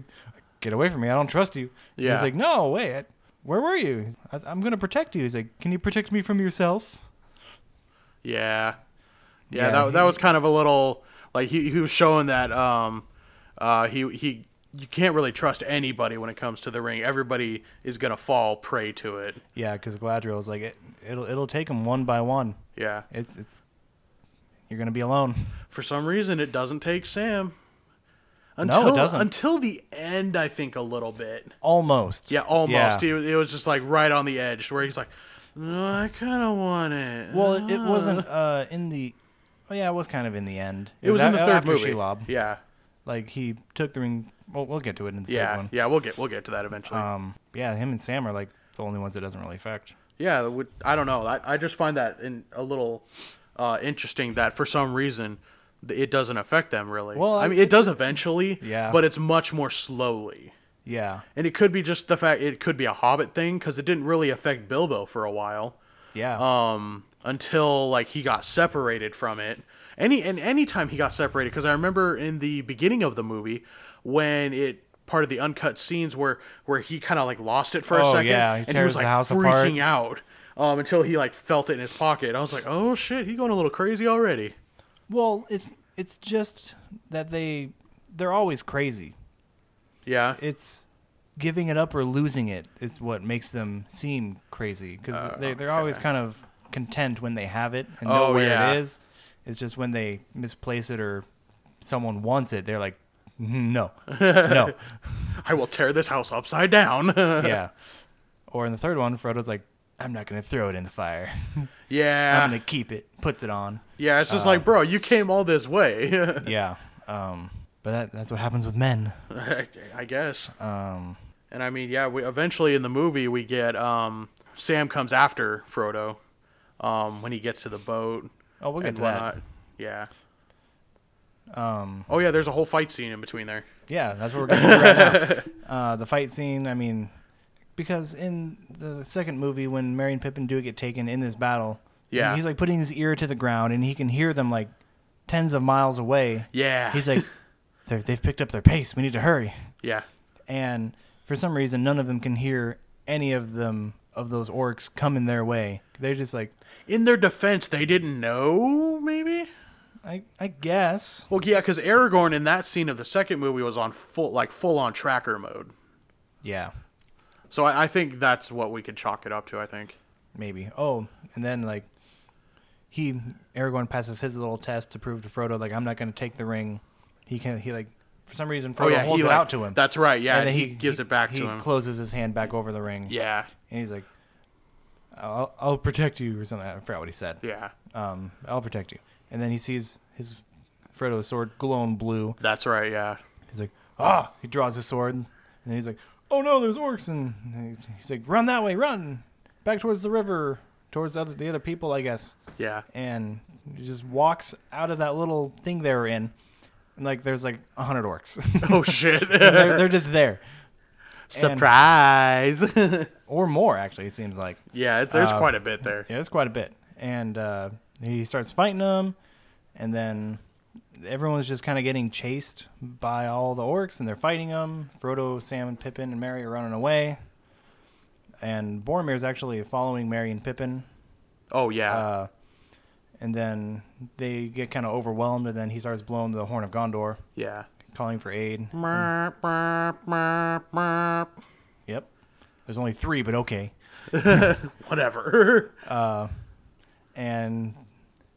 "Get away from me. I don't trust you." And Yeah. He's like, "No, wait. Where were you? I, I'm gonna protect you." He's like, "Can you protect me from yourself?" Yeah. Yeah, Yeah, that, he- that was kind of a little like he, he was showing that um uh he he you can't really trust anybody when it comes to the ring. Everybody is going to fall prey to it. Yeah, because Galadriel is like it. It'll it'll take them one by one. Yeah. It's it's you're gonna be alone. For some reason it doesn't take Sam No, it until doesn't. until the end I think a little bit. Almost. Yeah, almost. Yeah. It, was- it was just like right on the edge where he's like no, I kind of want it. Well, it, it wasn't uh in the. Oh yeah, it was kind of in the end. it was in the a- third uh, after movie. Shelob. Yeah. Like he took the ring. Well, we'll get to it in the third Yeah. one. Yeah, we'll get we'll get to that eventually. Um. Yeah, him and Sam are like the only ones that doesn't really affect. Yeah, that would- I don't know. I, I just find that in a little uh, interesting that for some reason th- it doesn't affect them really. Well, I I- mean, it does eventually. Yeah. But it's much more slowly, Yeah. and it could be just the fact it could be a Hobbit thing because it didn't really affect Bilbo for a while Yeah. um, until like he got separated from it. Any and any time he got separated, because I remember in the beginning of the movie when it part of the uncut scenes where where he kind of like lost it for a Oh, second, yeah, he and he tears was the like house apart. freaking out um, until he like felt it in his pocket. I was like, oh shit, he going a little crazy already. well, it's it's just that they they're always crazy. Yeah, it's giving it up or losing it is what makes them seem crazy because they, they're always kind of content when they have it and know Uh, Oh, where yeah. it is. It's just when they misplace it or someone wants it, they're like, "Mm, no, no, I will tear this house upside down. yeah. Or in the third one, Frodo's like, I'm not going to throw it in the fire. yeah, I'm going to keep it, puts it on. yeah. It's uh, just like, bro, you came all this way. Yeah. Um, but that, that's what happens with men. I, I guess. Um, and I mean, yeah, we eventually in the movie we get um, Sam comes after Frodo um, when he gets to the boat. Oh, we'll get and to that. whatnot. Yeah. Um, oh yeah, there's a whole fight scene in between there. Yeah, that's what we're going to do right now. Uh, the fight scene, I mean, because in the second movie, when Merry and Pippin do get taken in this battle, Yeah. he's like putting his ear to the ground and he can hear them like tens of miles away. Yeah. He's like, "They're- they've picked up their pace. We need to hurry. yeah. And for some reason, none of them can hear any of them of those orcs coming their way. They're just like, In their defense, they didn't know maybe. I, I guess. Well, yeah, because Aragorn in that scene of the second movie was on full like full on tracker mode. Yeah, So I, I think that's what we could chalk it up to. I think. maybe. Oh, and then like he Aragorn passes his little test to prove to Frodo like I'm not going to take the ring. He can he like for some reason Frodo Oh yeah, holds he it like- out to him. That's right. Yeah, and then he, gives it back he to him. closes his hand back over the ring. yeah. and he's like, "I'll I'll protect you" or something. I forgot what he said. Yeah. Um, I'll protect you. And then he sees his Frodo's sword glowing blue. That's right. Yeah. He's like, ah! He draws his sword, and then he's like, oh no, there's orcs, and he's- he's like, run that way, run, back towards the river, towards the other the other people, I guess. Yeah. And he just walks out of that little thing they were in, and like there's like a hundred orcs. Oh shit. they're, they're just there. Surprise. or more actually. It seems like Yeah, it's, Um, there's quite a bit there. yeah, it's quite a bit. And uh, he starts fighting them, and then everyone's just kind of getting chased by all the orcs, and they're fighting them. Frodo, Sam, and Pippin and Merry are running away, and Boromir's actually following Merry and Pippin. Oh yeah, Uh, and then they get kind of overwhelmed, and then he starts blowing the horn of Gondor, yeah. calling for aid. Yep. There's only three, but okay. Whatever. and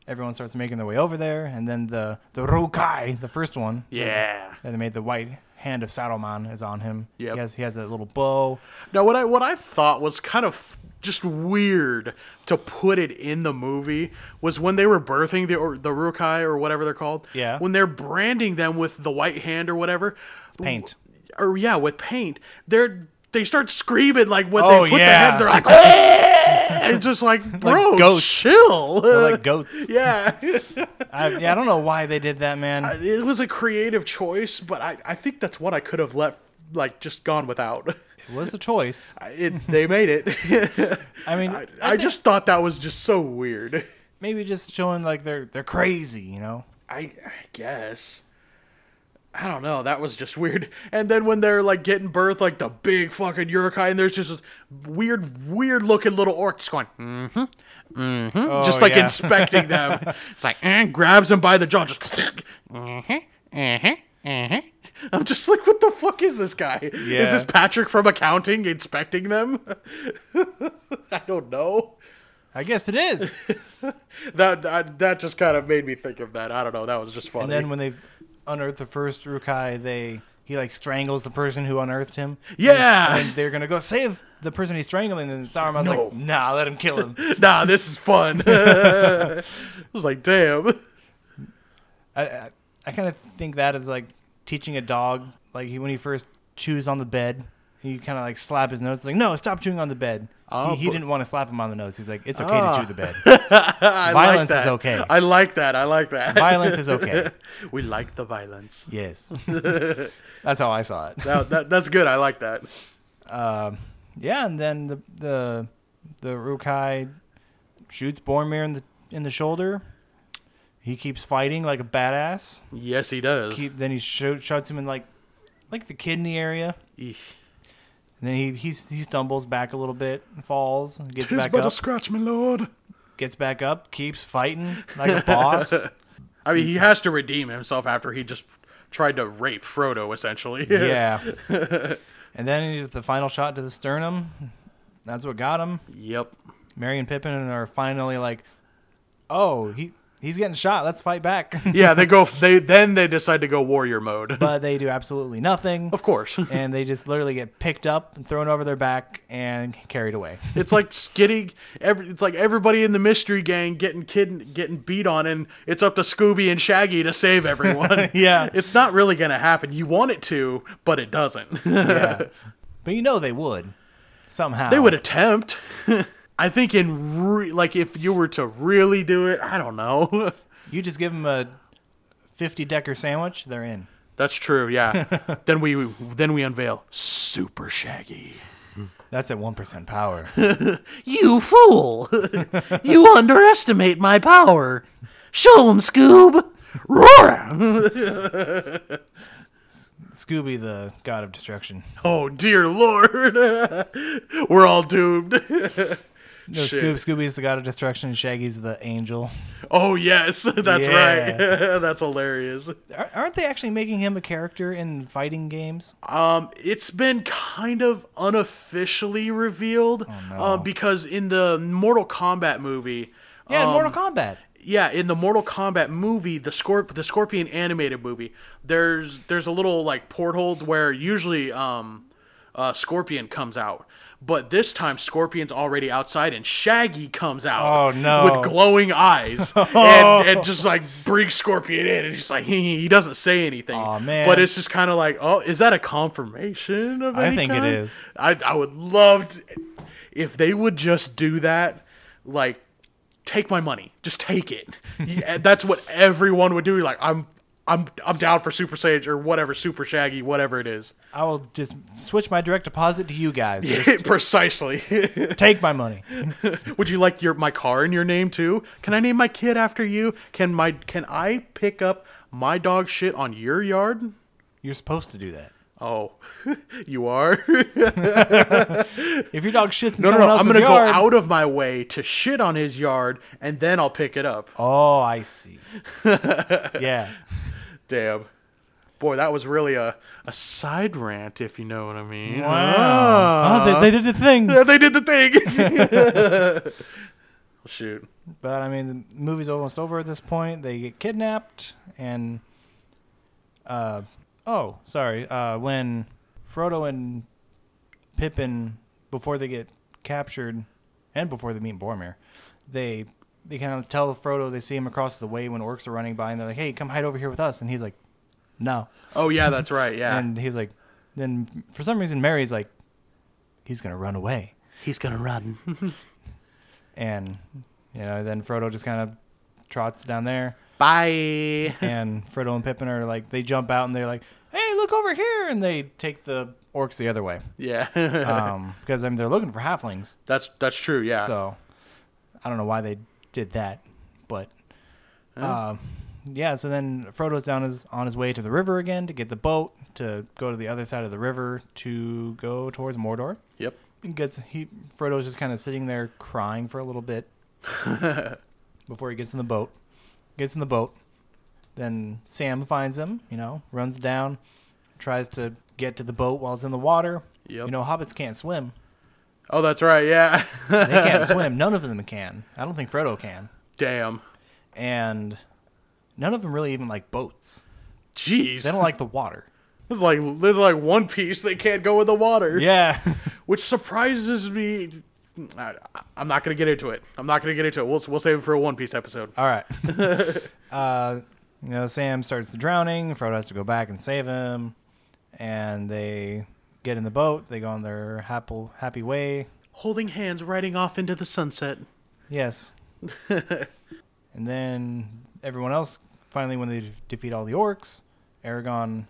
everyone starts making their way over there. And then the the Rokai, the first one yeah. that they made the white hand of Saruman is on him. Yep. He has he has that little bow. Now, what I what I thought was kind of f- just weird to put it in the movie was when they were birthing the or the Rukai or whatever they're called. Yeah. When they're branding them with the white hand or whatever, paint. or yeah, with paint, they're they start screaming like when Oh, they put their yeah. head, they're like, "Eh!" and just like bro, ghosts. chill. They're like goats. yeah, I, yeah, I don't know why they did that, man. it was a creative choice, but I I think that's what I could have left like just gone without. It was a choice. It, they made it. I mean, I, I just thought that was just so weird. maybe just showing like they're they're crazy, you know. I, I guess. I don't know. That was just weird. And then when they're like getting birth, like the big fucking Urukai, and there's just this weird, weird looking little orc just going, "Mm," Oh, just like yeah. inspecting them. it's like, eh, grabs him by the jaw, just. Uh-huh, I'm just like, what the fuck is this guy? Is Yeah. this Patrick from accounting inspecting them? I don't know. I guess it is. That, that that just kind of made me think of that. I don't know. That was just funny. and then when they unearth the first Rukai, they he like strangles the person who unearthed him. Yeah. and they're gonna go save the person he's strangling, and Saruman's No. like, "Nah, let him kill him." nah, this is fun. I was like, damn. I I, I kind of think that is like teaching a dog, like he, when he first chews on the bed, he kind of like slap his nose, like, "No, stop chewing on the bed." he, he but- didn't want to slap him on the nose. He's like, "It's okay to chew the bed. I Violence like is that. okay. I like that. I like that. Violence is okay." we like the violence. Yes, that's how I saw it. That, that, that's good. I like that. Um, yeah, and then the the the Rukai shoots Boromir in the in the shoulder. He keeps fighting like a badass. Yes, he does. Keep, then he sho- shoots him in like like the kidney area. Eesh. And then he he, he stumbles back a little bit, and falls, and gets Tis back but a up, scratch, my lord. gets back up, keeps fighting like a boss. I mean, he has to redeem himself after he just tried to rape Frodo, essentially. yeah. And then he- the final shot to the sternum. That's what got him. yep. Merry and Pippin are finally like, oh, he he's getting shot. Let's fight back. Yeah, they go. They then they decide to go warrior mode. but they do absolutely nothing. of course. And they just literally get picked up and thrown over their back and carried away. It's like getting every. It's like everybody in the mystery gang getting kid getting beat on, and it's up to Scooby and Shaggy to save everyone. Yeah. it's not really gonna happen. You want it to, but it doesn't. Yeah. but you know they would somehow. they would attempt. I think in re- like if you were to really do it, I don't know. You just give them a fifty decker sandwich, they're in. That's true. Yeah. then we then we unveil Super Shaggy. That's at one percent power. you fool. you underestimate my power. Show 'em, Scoob. Roar. Scooby, the god of destruction. Oh dear lord, we're all doomed. No, Scoob, Scooby is the god of destruction. Shaggy's the angel. oh yes, that's Yeah. right. that's hilarious. Ar- Aren't they actually making him a character in fighting games? Um, it's been kind of unofficially revealed uh, because in the Mortal Kombat movie, Yeah, Um, in Mortal Kombat. yeah, in the Mortal Kombat movie, the Scorp- the Scorpion animated movie, there's there's a little like porthole where usually um, uh, Scorpion comes out. But this time, Scorpion's already outside, and Shaggy comes out. Oh, no. With glowing eyes, and, and just like brings Scorpion in, and he's like he, he doesn't say anything. Aw, man. But it's just kind of like, oh, is that a confirmation of? I any think it kind? is. I I would love to, if they would just do that. Like, take my money, just take it. Yeah, that's what everyone would do. You're like, I'm I'm I'm down for Super Sage or whatever Super Shaggy, whatever it is. I will just switch my direct deposit to you guys. Just Precisely. take my money. Would you like your my car in your name too? Can I name my kid after you? Can my can I pick up my dog shit on your yard? You're supposed to do that. Oh, you are. If your dog shits in No, no, someone no. I'm else's gonna yard, go out of my way to shit on his yard, and then I'll pick it up. Oh, I see. yeah. Damn, boy, that was really a a side rant, if you know what I mean. Ah. Wow. Oh, they, they did the thing. Yeah, they did the thing. Shoot. But I mean, the movie's almost over at this point. They get kidnapped, and uh, oh, sorry. Uh, when Frodo and Pippin, before they get captured, and before they meet Boromir, they they kind of tell Frodo they see him across the way when orcs are running by, and they're like, "Hey, come hide over here with us," and he's like, "No," Oh yeah, that's right. Yeah. and he's like, then for some reason Mary's like, "He's gonna run away." He's gonna run. And you know, then Frodo just kind of trots down there, Bye. and Frodo and Pippin are like, they jump out and they're like, "Hey, look over here!" And they take the orcs the other way Yeah. um, because I mean they're looking for halflings. that's that's true. Yeah. So I don't know why they did that, but uh, yeah. So then Frodo's down his on his way to the river again to get the boat to go to the other side of the river to go towards Mordor. Yep. He gets he Frodo's just kind of sitting there crying for a little bit before he gets in the boat. Gets in the boat. Then Sam finds him, you know, runs down, tries to get to the boat while it's in the water. Yep. You know, hobbits can't swim. Oh, that's right. Yeah. They can't swim. None of them can. I don't think Frodo can. Damn. And none of them really even like boats. Jeez. They don't like the water. There's like there's like one piece they can't go in the water. Yeah. Which surprises me. I, I'm not gonna get into it. I'm not gonna get into it. We'll we'll save it for a One Piece episode. All right. uh, you know, Sam starts drowning. Frodo has to go back and save him, and they get in the boat. They go on their happy happy way. Holding hands, riding off into the sunset. Yes. and then everyone else finally, when they de- defeat all the orcs, Aragon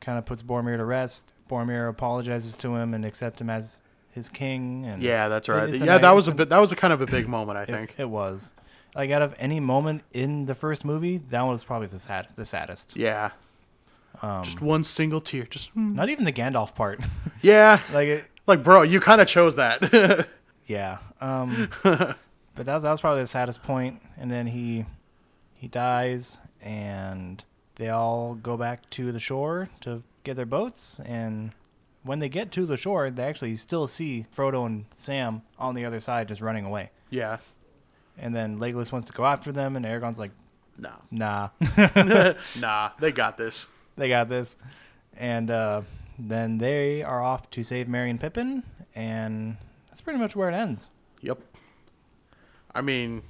kind of puts Boromir to rest. Boromir apologizes to him and accepts him as his king. And Yeah, that's right. It's a yeah, that nice- was a bit. That was a kind of a big moment, I It, think. it was like out of any moment in the first movie, that was probably the sad, the saddest. Yeah. Um, just one single tear. Just mm. Not even the Gandalf part. yeah. like it, Like, bro, you kind of chose that. yeah. Um, but that was, that was probably the saddest point. And then he he dies, and they all go back to the shore to get their boats. And when they get to the shore, they actually still see Frodo and Sam on the other side, just running away. yeah. And then Legolas wants to go after them, and Aragorn's like, No. "Nah, Nah, they got this. they got this." And uh, then they are off to save Merry and Pippin, and that's pretty much where it ends. Yep. I mean,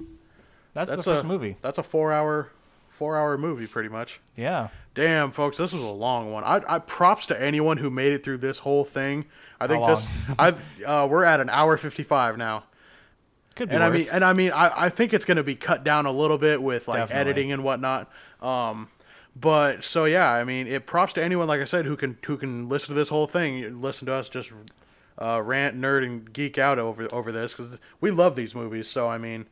That's, that's the first a movie. That's a four-hour, four-hour movie, pretty much. Yeah. Damn, folks, this was a long one. I, I props to anyone who made it through this whole thing. I think this, I uh, we're at an hour fifty-five now, Could be and I mean, worse. and I mean, I, I think it's going to be cut down a little bit with like Definitely. editing and whatnot. Um, but so yeah, I mean, it props to anyone, like I said, who can who can listen to this whole thing, listen to us just uh, rant, nerd, and geek out over over this because we love these movies. So I mean,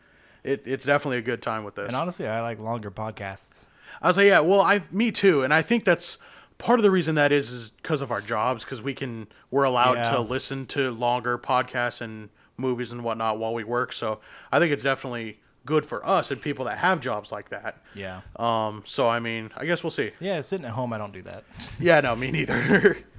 it, it's definitely a good time with this. And honestly, I like longer podcasts. I was like, yeah, well, I, me too, and I think that's part of the reason that is is because of our jobs, because we can we're allowed Yeah. to listen to longer podcasts and movies and whatnot while we work. So I think it's definitely good for us and people that have jobs like that. Yeah. Um, so I mean, I guess we'll see. Yeah, sitting at home, I don't do that. Yeah, no, me neither.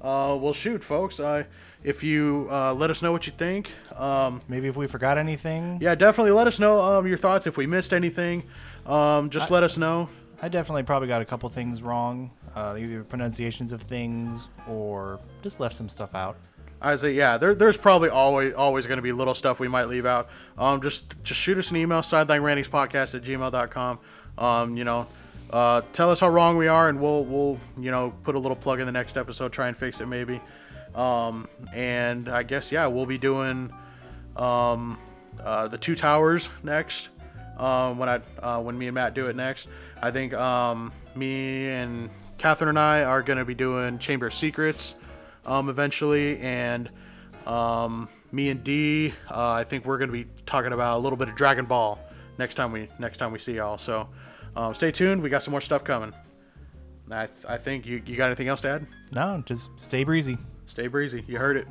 uh, well, shoot, folks, uh, if you uh, let us know what you think. Um, Maybe if we forgot anything, yeah, definitely let us know um, your thoughts if we missed anything. Um, just let us know. I definitely probably got a couple things wrong, uh, either pronunciations of things or just left some stuff out. I say, yeah, there, there's probably always always going to be little stuff we might leave out. Um, just just shoot us an email, sidelinerantingspodcast at gmail.com. Um, you know, uh, tell us how wrong we are, and we'll we'll you know put a little plug in the next episode, try and fix it maybe. Um, and I guess yeah, we'll be doing um, uh, the Two Towers next. Um, when I uh, when me and Matt do it next, I think um, me and Catherine and I are going to be doing Chamber of Secrets um, eventually. And um, me and Dee, uh, I think we're going to be talking about a little bit of Dragon Ball next time we next time we see y'all. So um, stay tuned. We got some more stuff coming. I, th- I think you, you got anything else to add? No, just stay breezy. Stay breezy. You heard it.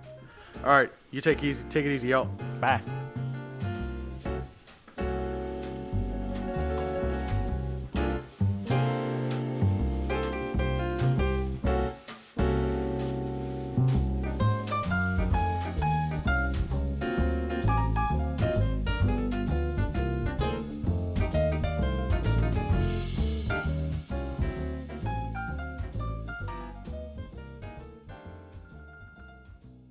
All right. You take easy. Take it easy, y'all. Bye.